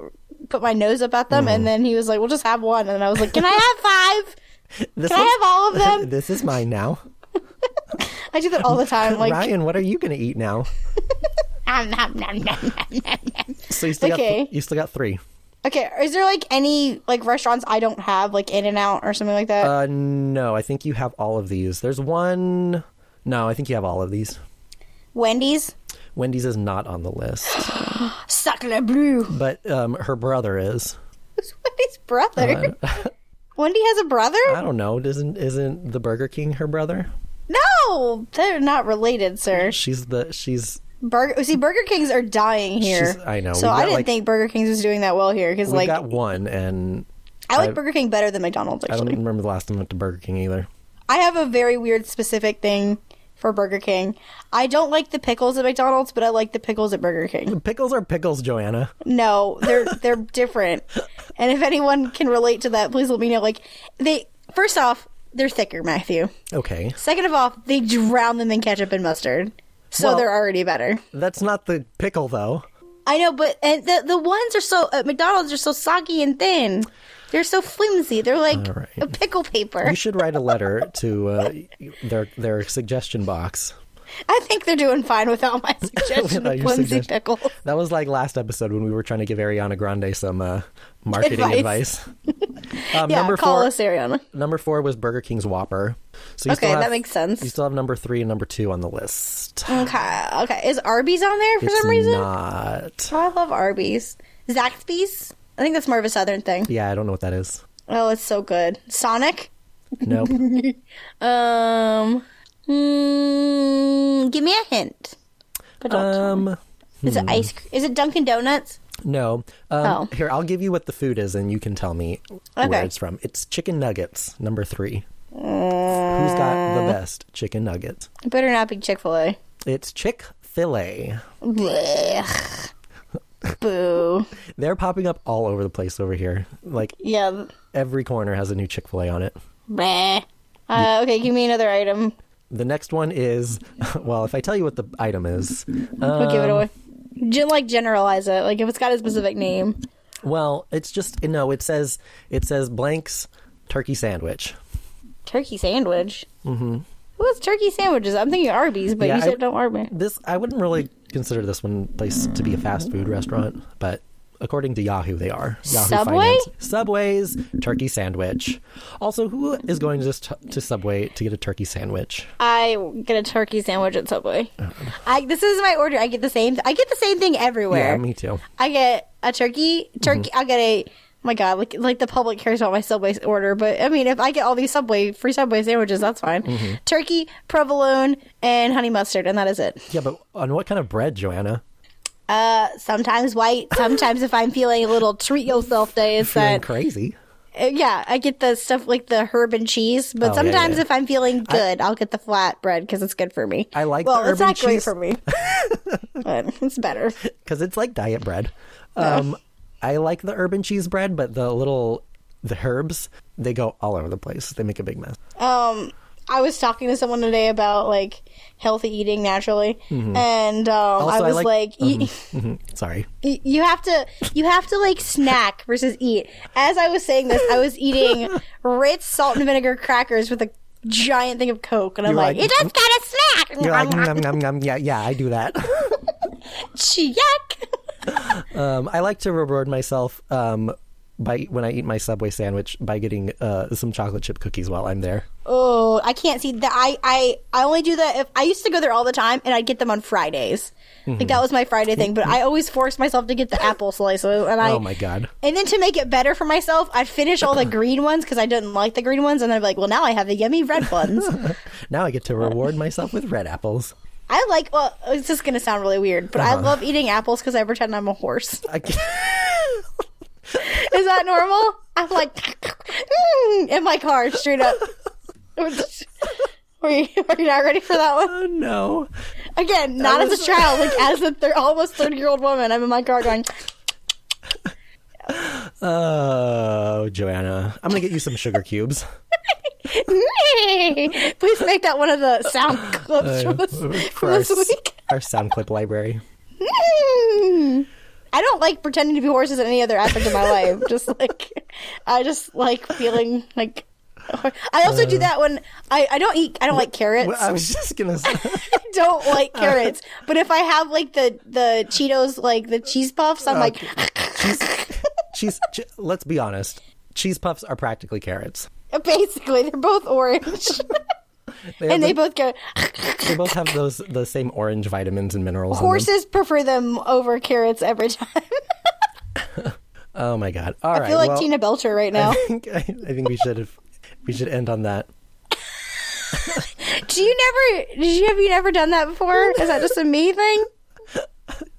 Speaker 1: put my nose up at them
Speaker 2: Mm.
Speaker 1: and then he was like, We'll just have one and I was like, Can I have five?
Speaker 2: This
Speaker 1: Can I
Speaker 2: one-
Speaker 1: have all of them?
Speaker 2: this is mine now.
Speaker 1: I do that all the time. Like
Speaker 2: Ryan, what are you going to eat now?
Speaker 1: nom, nom, nom, nom, nom, nom, nom.
Speaker 2: So you still got
Speaker 1: Okay.
Speaker 2: th- you still got three.
Speaker 1: Okay, is there like any like restaurants I don't have, like In and Out or something like that?
Speaker 2: Uh, no, I think you have all of these. There's one. No, I think you have all of these.
Speaker 1: Wendy's
Speaker 2: Wendy's is not on the list,
Speaker 1: Sacre Bleu.
Speaker 2: but um, her brother is.
Speaker 1: Who's Wendy's brother?
Speaker 2: Uh,
Speaker 1: Wendy has a brother?
Speaker 2: I don't know. Isn't isn't the Burger King her brother?
Speaker 1: no, they're not related, sir.
Speaker 2: She's the she's
Speaker 1: Burger. See, Burger Kings are dying here.
Speaker 2: She's- I know.
Speaker 1: So
Speaker 2: We've
Speaker 1: I
Speaker 2: got,
Speaker 1: didn't
Speaker 2: like-
Speaker 1: think Burger King's was doing that well here because,
Speaker 2: we
Speaker 1: like,
Speaker 2: got one, and
Speaker 1: I like
Speaker 2: I-
Speaker 1: Burger King better than McDonald's.
Speaker 2: I don't
Speaker 1: Actually,
Speaker 2: remember the last time I went to Burger King either.
Speaker 1: I have a very weird specific thing for Burger King. I don't like the pickles at McDonald's, but I like the pickles at Burger King.
Speaker 2: Pickles are pickles, Joanna.
Speaker 1: No, they're they're different. And if anyone can relate to that, please let me know. Like, they first off, they're thicker, Matthew.
Speaker 2: Okay,
Speaker 1: Second of all, they drown them in ketchup and mustard, so
Speaker 2: Well-
Speaker 1: they're already better.
Speaker 2: that's not the pickle though.
Speaker 1: I know, but and the the ones are so at McDonald's are so soggy and thin. They're so flimsy. They're like
Speaker 2: All right.
Speaker 1: a pickle paper.
Speaker 2: You should write a letter to uh, their their suggestion box.
Speaker 1: I think they're doing fine without my suggestion
Speaker 2: Without
Speaker 1: of
Speaker 2: your
Speaker 1: flimsy
Speaker 2: suggestion.
Speaker 1: pickles.
Speaker 2: That was like last episode when we were trying to give Ariana Grande some uh, marketing advice.
Speaker 1: Advice.
Speaker 2: um,
Speaker 1: Yeah,
Speaker 2: number
Speaker 1: call
Speaker 2: four.
Speaker 1: us, Ariana.
Speaker 2: Number four was Burger King's Whopper. So you
Speaker 1: Okay,
Speaker 2: still have,
Speaker 1: that makes sense.
Speaker 2: You still have number three and number two on the list.
Speaker 1: Okay, okay. Is Arby's on there for some reason?
Speaker 2: not.
Speaker 1: Oh, I love Arby's. Zaxby's. I think that's more of a southern thing.
Speaker 2: Yeah, I don't know what that is.
Speaker 1: Oh, it's so good. Sonic.
Speaker 2: Nope.
Speaker 1: Um. mm, give me a hint. But don't tell me.
Speaker 2: um,
Speaker 1: Is it ice? cr- Is it Dunkin' Donuts?
Speaker 2: no. Um,
Speaker 1: Oh.
Speaker 2: Here, I'll give you what the food is, and you can tell me where
Speaker 1: Okay. Uh,
Speaker 2: it's from. It's chicken nuggets, number three. Who's got the best chicken nuggets?
Speaker 1: It better not be Chick Fil A.
Speaker 2: It's Chick Fil A.
Speaker 1: Blech. Boo.
Speaker 2: They're popping up all over the place over here. Like
Speaker 1: Yeah.
Speaker 2: every corner has a new Chick Fil A on it.
Speaker 1: Bleh. Uh, okay, give me another item.
Speaker 2: The next one is, well, if I tell you what the item is,
Speaker 1: We'll
Speaker 2: Um,
Speaker 1: give it away. Gen- like generalize it. Like if it's got a specific name.
Speaker 2: well, it's just no. It says it says blanks turkey sandwich.
Speaker 1: Turkey sandwich. Mm-hmm. What's turkey sandwiches? I'm thinking Arby's, but
Speaker 2: Yeah,
Speaker 1: you
Speaker 2: I-
Speaker 1: said don't Arby's.
Speaker 2: This I wouldn't really consider this one place to be a fast food restaurant, but according to Yahoo, they are. Yahoo
Speaker 1: Subway?
Speaker 2: Subway's turkey sandwich. Also, who is going just to, to Subway to get a turkey sandwich?
Speaker 1: I get a turkey sandwich at Subway. I this is my order. I get the same. I get the same thing everywhere.
Speaker 2: Yeah, me too. Mm-hmm.
Speaker 1: I get a turkey, turkey. I get a. oh My God, like like the public cares about my Subway order, but I mean, if I get all these Subway free Subway sandwiches, that's fine.
Speaker 2: Mm-hmm.
Speaker 1: Turkey, provolone, and honey mustard, and that is it.
Speaker 2: Yeah, but on what kind of bread, Joanna?
Speaker 1: Uh, sometimes white, sometimes if I'm feeling a little treat yourself day, it's
Speaker 2: Feeling
Speaker 1: that
Speaker 2: crazy.
Speaker 1: uh, yeah, I get the stuff like the herb and cheese, but
Speaker 2: Oh, yeah, yeah,
Speaker 1: sometimes
Speaker 2: yeah.
Speaker 1: if I'm feeling good, I'll get the flat bread because it's good for me.
Speaker 2: I like
Speaker 1: well,
Speaker 2: the
Speaker 1: it's
Speaker 2: herb and
Speaker 1: not great
Speaker 2: cheese.
Speaker 1: for me, but it's better.
Speaker 2: because it's like diet bread. Um, I like the urban cheese bread, but the little the herbs they go all over the place. They make a big mess.
Speaker 1: um I was talking to someone today about like healthy eating naturally, and um, I
Speaker 2: Mm-hmm. Also, I
Speaker 1: was
Speaker 2: like- Mm-hmm.
Speaker 1: like, y-
Speaker 2: Sorry.
Speaker 1: y- you have to you have to like snack versus eat. As I was saying this, I was eating Ritz salt and vinegar crackers with a giant thing of Coke, and I'm
Speaker 2: You're
Speaker 1: like,
Speaker 2: like, "Mm-hmm."
Speaker 1: you just gotta snack.
Speaker 2: You're like, nom, nom, nom, yeah, yeah, I do that. "Mm-hmm."
Speaker 1: Yuck.
Speaker 2: um, I like to reward myself um, by when I eat my Subway sandwich by getting uh, some chocolate chip cookies while I'm there.
Speaker 1: Oh, I can't see that. I, I, I only do that if I used to go there all the time, and I'd get them on Fridays. Like that was my Friday thing. But I always forced myself to get the apple slices, and I.
Speaker 2: oh my god!
Speaker 1: And then to make it better for myself, I'd finish all the green ones because I didn't like the green ones, and I'd be like, "Well, now I have the yummy red ones."
Speaker 2: Now I get
Speaker 1: Oh.
Speaker 2: to reward myself with red apples.
Speaker 1: I like. Well, it's just gonna sound really weird, but
Speaker 2: Uh-huh.
Speaker 1: I love eating apples because I pretend I'm a horse.
Speaker 2: I can't-
Speaker 1: Is that normal? I'm like mm, in my car, straight up. Were you, were you not ready for that one?
Speaker 2: oh no!
Speaker 1: Again, not as a child, like as a thir- almost thirty year old woman. I'm in my car going.
Speaker 2: Oh, Joanna, I'm gonna get you some sugar cubes.
Speaker 1: Please make that one of the sound clips from this,
Speaker 2: for
Speaker 1: from
Speaker 2: our,
Speaker 1: this
Speaker 2: s-
Speaker 1: week.
Speaker 2: our sound clip library.
Speaker 1: I don't like pretending to be horses in any other aspect of my life. Just like I just like feeling like I also do that when I, I don't eat I don't like carrots.
Speaker 2: Uh. Well, I Uh. was just gonna. s-
Speaker 1: I don't like carrots. But if I have like the the Cheetos like the cheese puffs,
Speaker 2: Uh,
Speaker 1: I'm like
Speaker 2: cheese. Che- let's be honest. Cheese puffs are practically carrots.
Speaker 1: basically they're both orange.
Speaker 2: They have
Speaker 1: and they
Speaker 2: the-
Speaker 1: both go.
Speaker 2: they both have those the same orange vitamins and minerals. in them.
Speaker 1: Horses prefer them over carrots every time.
Speaker 2: Oh my god! All right.
Speaker 1: I feel like
Speaker 2: well,
Speaker 1: Tina Belcher right now.
Speaker 2: I think I, I think we should have we should end on that.
Speaker 1: Do you never? Did you have you never done that before? Is that just a me thing?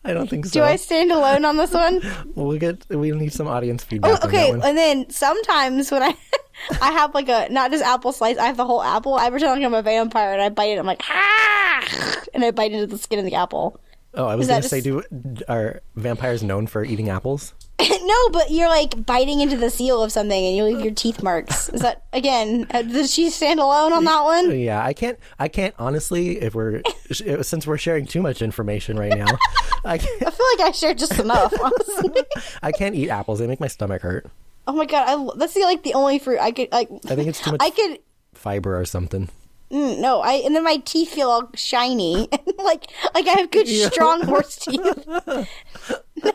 Speaker 2: I don't think so.
Speaker 1: Do I stand alone on this one?
Speaker 2: We'll get we need some audience
Speaker 1: Oh,
Speaker 2: feedback.
Speaker 1: okay,
Speaker 2: On that one.
Speaker 1: and then sometimes when I I have like a not just apple slice, I have the whole apple. I pretend like I'm a vampire and I bite it. I'm like ah, and I bite into the skin of the apple.
Speaker 2: Oh, I was
Speaker 1: that
Speaker 2: going to say, do are vampires known for eating apples?
Speaker 1: no, but you're like biting into the seal of something and you leave your teeth marks. Is that again? uh, Did she stand alone on that one?
Speaker 2: Yeah, I can't. I can't honestly. If we're since we're sharing too much information right now, I
Speaker 1: I
Speaker 2: can't,
Speaker 1: feel like I shared just enough. Honestly.
Speaker 2: I can't eat apples. They make my stomach hurt.
Speaker 1: Oh my god, I, lo- that's the like the only fruit I could like.
Speaker 2: I think it's too much
Speaker 1: I could
Speaker 2: fiber or something.
Speaker 1: mm, no. I and then my teeth feel all shiny and like like I have good strong horse teeth. no,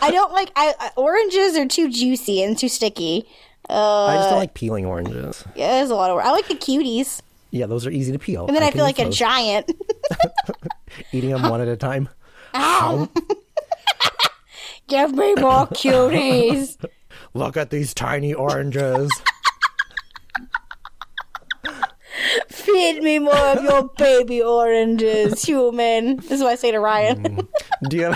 Speaker 1: I don't like I, I oranges are too juicy and too sticky. Uh,
Speaker 2: I just don't like peeling oranges.
Speaker 1: yeah, there's a lot of. I like the cuties,
Speaker 2: Yeah, those are easy to peel.
Speaker 1: and then I,
Speaker 2: can
Speaker 1: feel
Speaker 2: eat
Speaker 1: like a
Speaker 2: those.
Speaker 1: giant.
Speaker 2: eating them one at a time.
Speaker 1: Give me more cuties.
Speaker 2: Look at these tiny oranges.
Speaker 1: Feed me more of your baby oranges, human. This is what I say to Ryan.
Speaker 2: Mm. Do you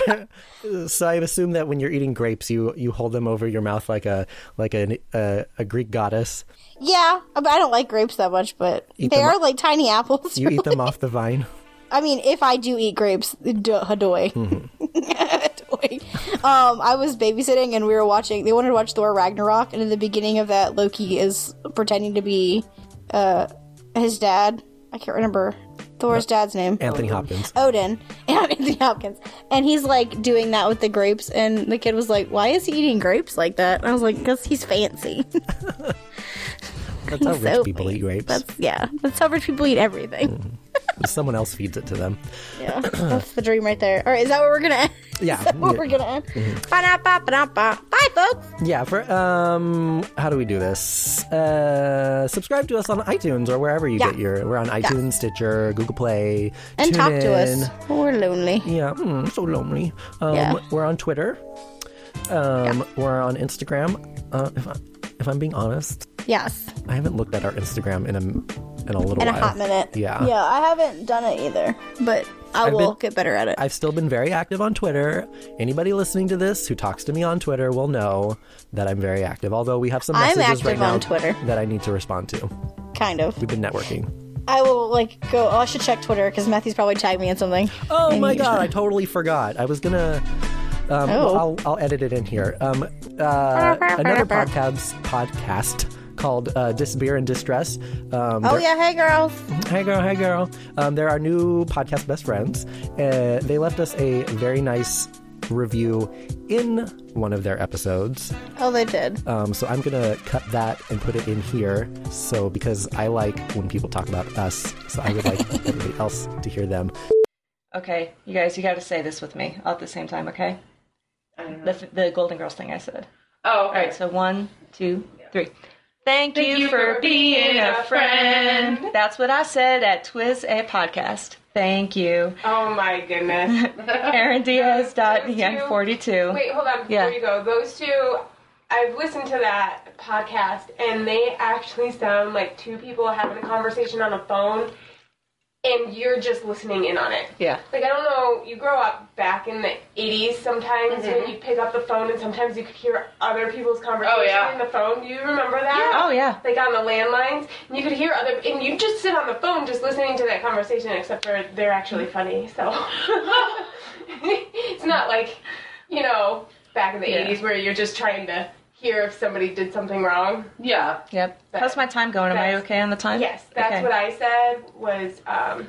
Speaker 2: ever? So I assume that when you're eating grapes, you you hold them over your mouth like a like a a, a Greek goddess.
Speaker 1: yeah, I I don't like grapes that much, but they
Speaker 2: them
Speaker 1: are like tiny apples.
Speaker 2: You eat them off the vine.
Speaker 1: I mean, if I do eat grapes, d- hadoy.
Speaker 2: Mm-hmm.
Speaker 1: Hadoy. um, I was babysitting and we were watching. They wanted to watch Thor Ragnarok, and in the beginning of that, Loki is pretending to be uh, his dad. I can't remember Thor's dad's name.
Speaker 2: Anthony Hopkins.
Speaker 1: Odin and Anthony Hopkins, and he's like doing that with the grapes, and the kid was like, "Why is he eating grapes like that?" And I was like, "Cause he's fancy."
Speaker 2: That's how rich
Speaker 1: So
Speaker 2: people
Speaker 1: funny.
Speaker 2: eat grapes. Mm-hmm.
Speaker 1: That's yeah. That's how rich people eat everything.
Speaker 2: Someone else feeds it to them.
Speaker 1: Yeah, that's the dream right there. All right, is that where we're gonna end?
Speaker 2: Yeah. Mm-hmm.
Speaker 1: Where we're gonna end? Ba-da-ba, ba-da-ba. Bye, folks.
Speaker 2: Yeah, for um how do we do this? Uh subscribe to us on iTunes or wherever you
Speaker 1: Yeah.
Speaker 2: get your we're on iTunes, Stitcher, Google Play,
Speaker 1: And talk to
Speaker 2: TuneIn.
Speaker 1: us. We're lonely.
Speaker 2: Yeah, mm, so lonely. Um
Speaker 1: Yeah.
Speaker 2: we're on Twitter. Um we're on Instagram. Uh, if I if I'm being honest,
Speaker 1: Yes.
Speaker 2: I haven't looked at our Instagram in a in a little
Speaker 1: In a
Speaker 2: while.
Speaker 1: hot minute.
Speaker 2: Yeah.
Speaker 1: Yeah, I haven't done it either, but I
Speaker 2: I've
Speaker 1: will
Speaker 2: been-
Speaker 1: get better at it.
Speaker 2: I've still been very active on Twitter. Anybody listening to this who talks to me on Twitter will know that I'm very active. Although we have some
Speaker 1: I'm
Speaker 2: messages
Speaker 1: active
Speaker 2: right now
Speaker 1: on Twitter.
Speaker 2: that I need to respond to.
Speaker 1: kind of.
Speaker 2: We've been networking.
Speaker 1: I will like go. Oh, I should check Twitter because Matthew's probably tagged me in something.
Speaker 2: Oh
Speaker 1: And
Speaker 2: my
Speaker 1: you-
Speaker 2: god, I totally forgot. I was gonna. Um,
Speaker 1: Oh.
Speaker 2: I'll, I'll edit it in here. Um, uh, another podcast podcast called uh, Disbeer and Distress. Um,
Speaker 1: Oh
Speaker 2: they're-
Speaker 1: yeah, hey girls.
Speaker 2: Hey girl, hey girl. Um, they're our new podcast best friends. Uh, they left us a very nice review in one of their episodes.
Speaker 1: Oh, they did.
Speaker 2: Um, so I'm gonna cut that and put it in here. So because I like when people talk about us, so I would like everybody else to hear them.
Speaker 4: Okay, you guys, you got to say this with me all at the same time, okay? The, f- the Golden Girls thing I said.
Speaker 5: Oh,
Speaker 4: All right, so one, two, three. Thank, you,
Speaker 5: you
Speaker 4: for
Speaker 5: for
Speaker 4: being
Speaker 5: being
Speaker 4: a
Speaker 5: a
Speaker 4: friend. That's what I said at Twiz A Podcast. Thank you.
Speaker 5: Oh my goodness.
Speaker 4: ErinDiaz.dn42.
Speaker 5: Wait, hold on. Before
Speaker 4: Yeah.
Speaker 5: you go, those two, I've listened to that podcast, and they actually sound like two people having a conversation on a phone, and you're just listening in on it.
Speaker 4: Yeah.
Speaker 5: Like I don't know, you grow up back in the '80s. Sometimes
Speaker 4: Mm-hmm.
Speaker 5: when you pick up the phone, and sometimes you could hear other people's conversation
Speaker 6: yeah.
Speaker 5: in the phone. Do you remember that?
Speaker 4: Oh, yeah.
Speaker 5: Like on the landlines, and you could hear other, and you just sit on the phone just listening to that conversation. Except for they're actually funny, so it's not like you know back in the
Speaker 4: Yeah.
Speaker 5: '80s where you're just trying to hear if somebody did something wrong.
Speaker 6: Yeah.
Speaker 4: Yep. How's my time going? Am I
Speaker 5: That's-
Speaker 4: okay on the time?
Speaker 5: Yes, that's
Speaker 4: Okay.
Speaker 5: what I said was. um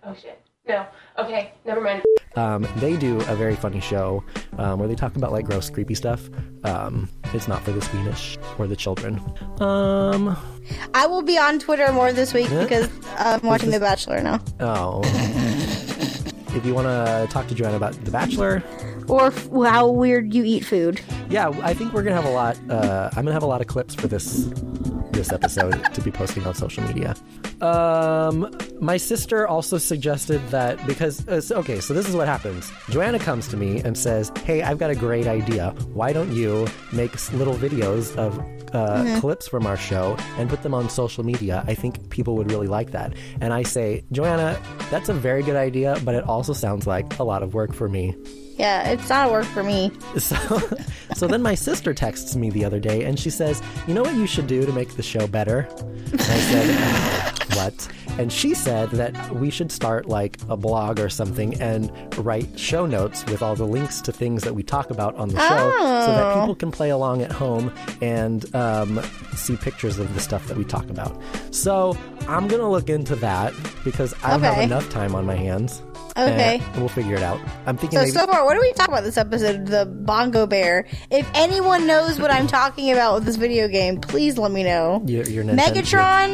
Speaker 5: Oh shit. No. Okay. Never mind.
Speaker 2: Um, they do a very funny show um, where they talk about like gross, creepy stuff. Um, it's not for the squeamish or the children. Um,
Speaker 1: I will be on Twitter more this week because I'm watching
Speaker 2: this-
Speaker 1: The Bachelor now.
Speaker 2: oh. if you want to talk to Joanna about The Bachelor,
Speaker 1: Or f- how weird you eat food.
Speaker 2: yeah, I think we're gonna have a lot. Uh, I'm gonna have a lot of clips for this. this this episode to be posting on social media. Um, my sister also suggested that because uh, so- okay, so this is what happens. Joanna comes to me and says, "Hey, I've got a great idea. Why don't you make s- little videos of uh, clips from our show and put them on social media? I think people would really like that." And I say, "Joanna, that's a very good idea, but it also sounds like a lot of work for me."
Speaker 1: Yeah, it's not a work for me.
Speaker 2: So, so then my sister texts me the other day and she says, You know what you should do to make the show better? And I said, What? And she said that we should start like a blog or something and write show notes with all the links to things that we talk about on the show so that
Speaker 1: Oh.
Speaker 2: people can play along at home and um, see pictures of the stuff that we talk about. So I'm going to look into that because I don't have
Speaker 1: Okay.
Speaker 2: enough time on my hands.
Speaker 1: Okay.
Speaker 2: And we'll figure it out. I'm thinking
Speaker 1: So
Speaker 2: maybe.
Speaker 1: so far, what do we talk about this episode? The Bongo Bear. If anyone knows what I'm talking about with this video game, please let me know.
Speaker 2: your, your Nintendo-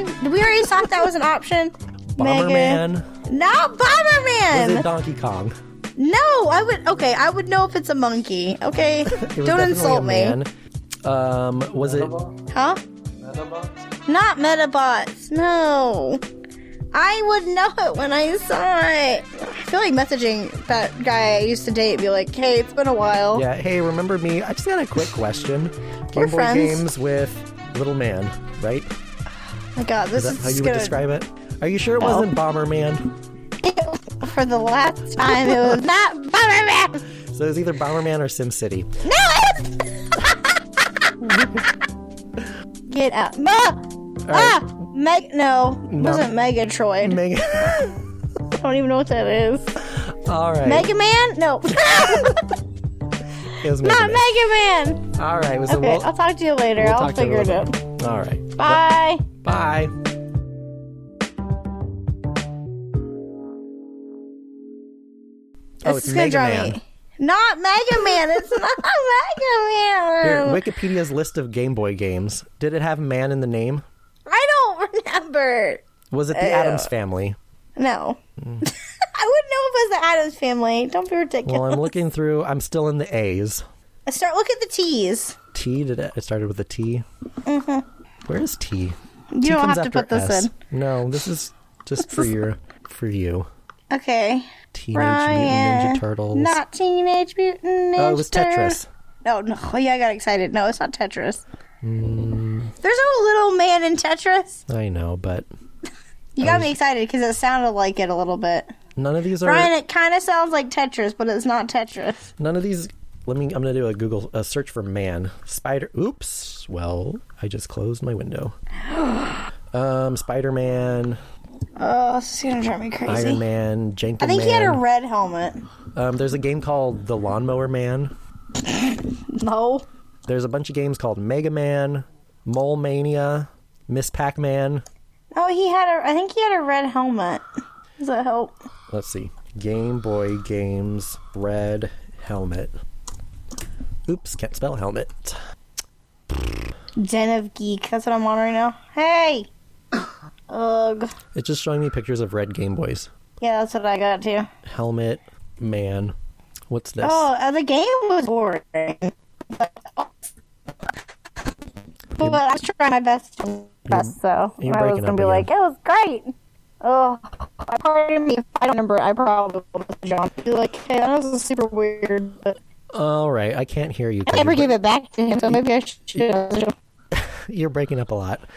Speaker 1: Megatron. Did we already talk that was an option?
Speaker 2: Bomberman.
Speaker 1: Mega. No, Bomberman.
Speaker 2: Is it Donkey Kong?
Speaker 1: No, I would. Okay, I would know if it's a monkey. Okay,
Speaker 2: It was
Speaker 1: don't
Speaker 2: definitely
Speaker 1: insult
Speaker 2: a
Speaker 1: me,
Speaker 2: man. Um, was it?
Speaker 3: Metabot?
Speaker 1: huh?
Speaker 3: Metabot?
Speaker 1: Not Metabots. No, I would know it when I saw it. I feel like messaging that guy I used to date, be like, "Hey, it's been a while."
Speaker 2: Yeah. Hey, remember me? I just got a quick question. Game
Speaker 1: We're
Speaker 2: Boy
Speaker 1: friends.
Speaker 2: games with Little Man, right?
Speaker 1: my God, this
Speaker 2: Is that
Speaker 1: is
Speaker 2: how you
Speaker 1: just
Speaker 2: would
Speaker 1: gonna-
Speaker 2: describe it? Are you sure it wasn't Bomberman?
Speaker 1: for the last time. It was not Bomberman.
Speaker 2: So it was either Bomberman or SimCity.
Speaker 1: No, it's get out. Ah,
Speaker 2: right.
Speaker 1: ah, Meg. No, it wasn't Megatroid.
Speaker 2: Mega.
Speaker 1: I don't even know what that is.
Speaker 2: All right.
Speaker 1: Mega Man? No. Not
Speaker 2: It was Mega Man.
Speaker 1: Mega Man!
Speaker 2: All right. So
Speaker 1: Okay,
Speaker 2: we'll,
Speaker 1: I'll talk to you later.
Speaker 2: we'll
Speaker 1: I'll
Speaker 2: talk to you
Speaker 1: figure it
Speaker 2: later.
Speaker 1: out.
Speaker 2: All right.
Speaker 1: Bye!
Speaker 2: Bye. Oh,
Speaker 1: This
Speaker 2: Oh, it's
Speaker 1: is gonna
Speaker 2: Mega
Speaker 1: drive
Speaker 2: Man.
Speaker 1: me- Not Mega Man! It's not
Speaker 2: Here,
Speaker 1: Mega Man!
Speaker 2: Wikipedia's list of Game Boy games. Did it have man in the name?
Speaker 1: I don't remember.
Speaker 2: Was it
Speaker 1: Oh.
Speaker 2: the Adams family?
Speaker 1: No.
Speaker 2: Hmm.
Speaker 1: I wouldn't know if it was the Adams family. Don't be ridiculous.
Speaker 2: Well, I'm looking through. I'm still in the A's.
Speaker 1: Start look at the T's.
Speaker 2: T. Did it, it started with a T? Where is T?
Speaker 1: Mm-hmm. You don't have to put this in.
Speaker 2: No, this is just for your for you.
Speaker 1: Okay.
Speaker 2: Teenage Mutant
Speaker 1: Ryan,
Speaker 2: Ninja Turtles.
Speaker 1: Not Teenage Mutant Ninja
Speaker 2: oh, it was Tetris.
Speaker 1: No, no. Oh, yeah, I got excited. No, it's not Tetris.
Speaker 2: Hmm.
Speaker 1: There's no little man in Tetris.
Speaker 2: I know, but
Speaker 1: You got me excited because it sounded like it a little bit.
Speaker 2: none of these are.
Speaker 1: Brian, it kind of sounds like Tetris, but it's not Tetris.
Speaker 2: None of these. Let me. I'm gonna do a Google a search for man spider. Oops. Well, I just closed my window. Um, Spider Man,
Speaker 1: Oh, this is gonna drive me crazy.
Speaker 2: Iron Man, Jenkins.
Speaker 1: I think
Speaker 2: Man.
Speaker 1: he had a red helmet.
Speaker 2: Um, there's a game called The Lawnmower Man.
Speaker 1: No.
Speaker 2: There's a bunch of games called Mega Man, Mole Mania, Miss Pac Man.
Speaker 1: Oh, he had a. I think he had a red helmet. Does that help?
Speaker 2: Let's see. Game Boy games, Red Helmet. Oops, can't spell helmet.
Speaker 1: Den of Geek. That's what I'm on right now. Hey. Ugh.
Speaker 2: It's just showing me pictures of red Game Boys.
Speaker 1: Yeah, that's what I got too.
Speaker 2: Helmet, man. What's this?
Speaker 1: Oh, uh, the game was boring. But, but I was trying my best to best, so
Speaker 2: you're
Speaker 1: I was
Speaker 2: breaking
Speaker 1: gonna
Speaker 2: up
Speaker 1: be like, it
Speaker 2: again.
Speaker 1: was great. Oh, I pardon me if I don't remember. I probably will just John be like, hey, that was super weird, but
Speaker 2: All right, I can't hear you. 'cause
Speaker 1: I never
Speaker 2: you're,
Speaker 1: gave it back to him, so maybe I should.
Speaker 2: you're breaking up a lot.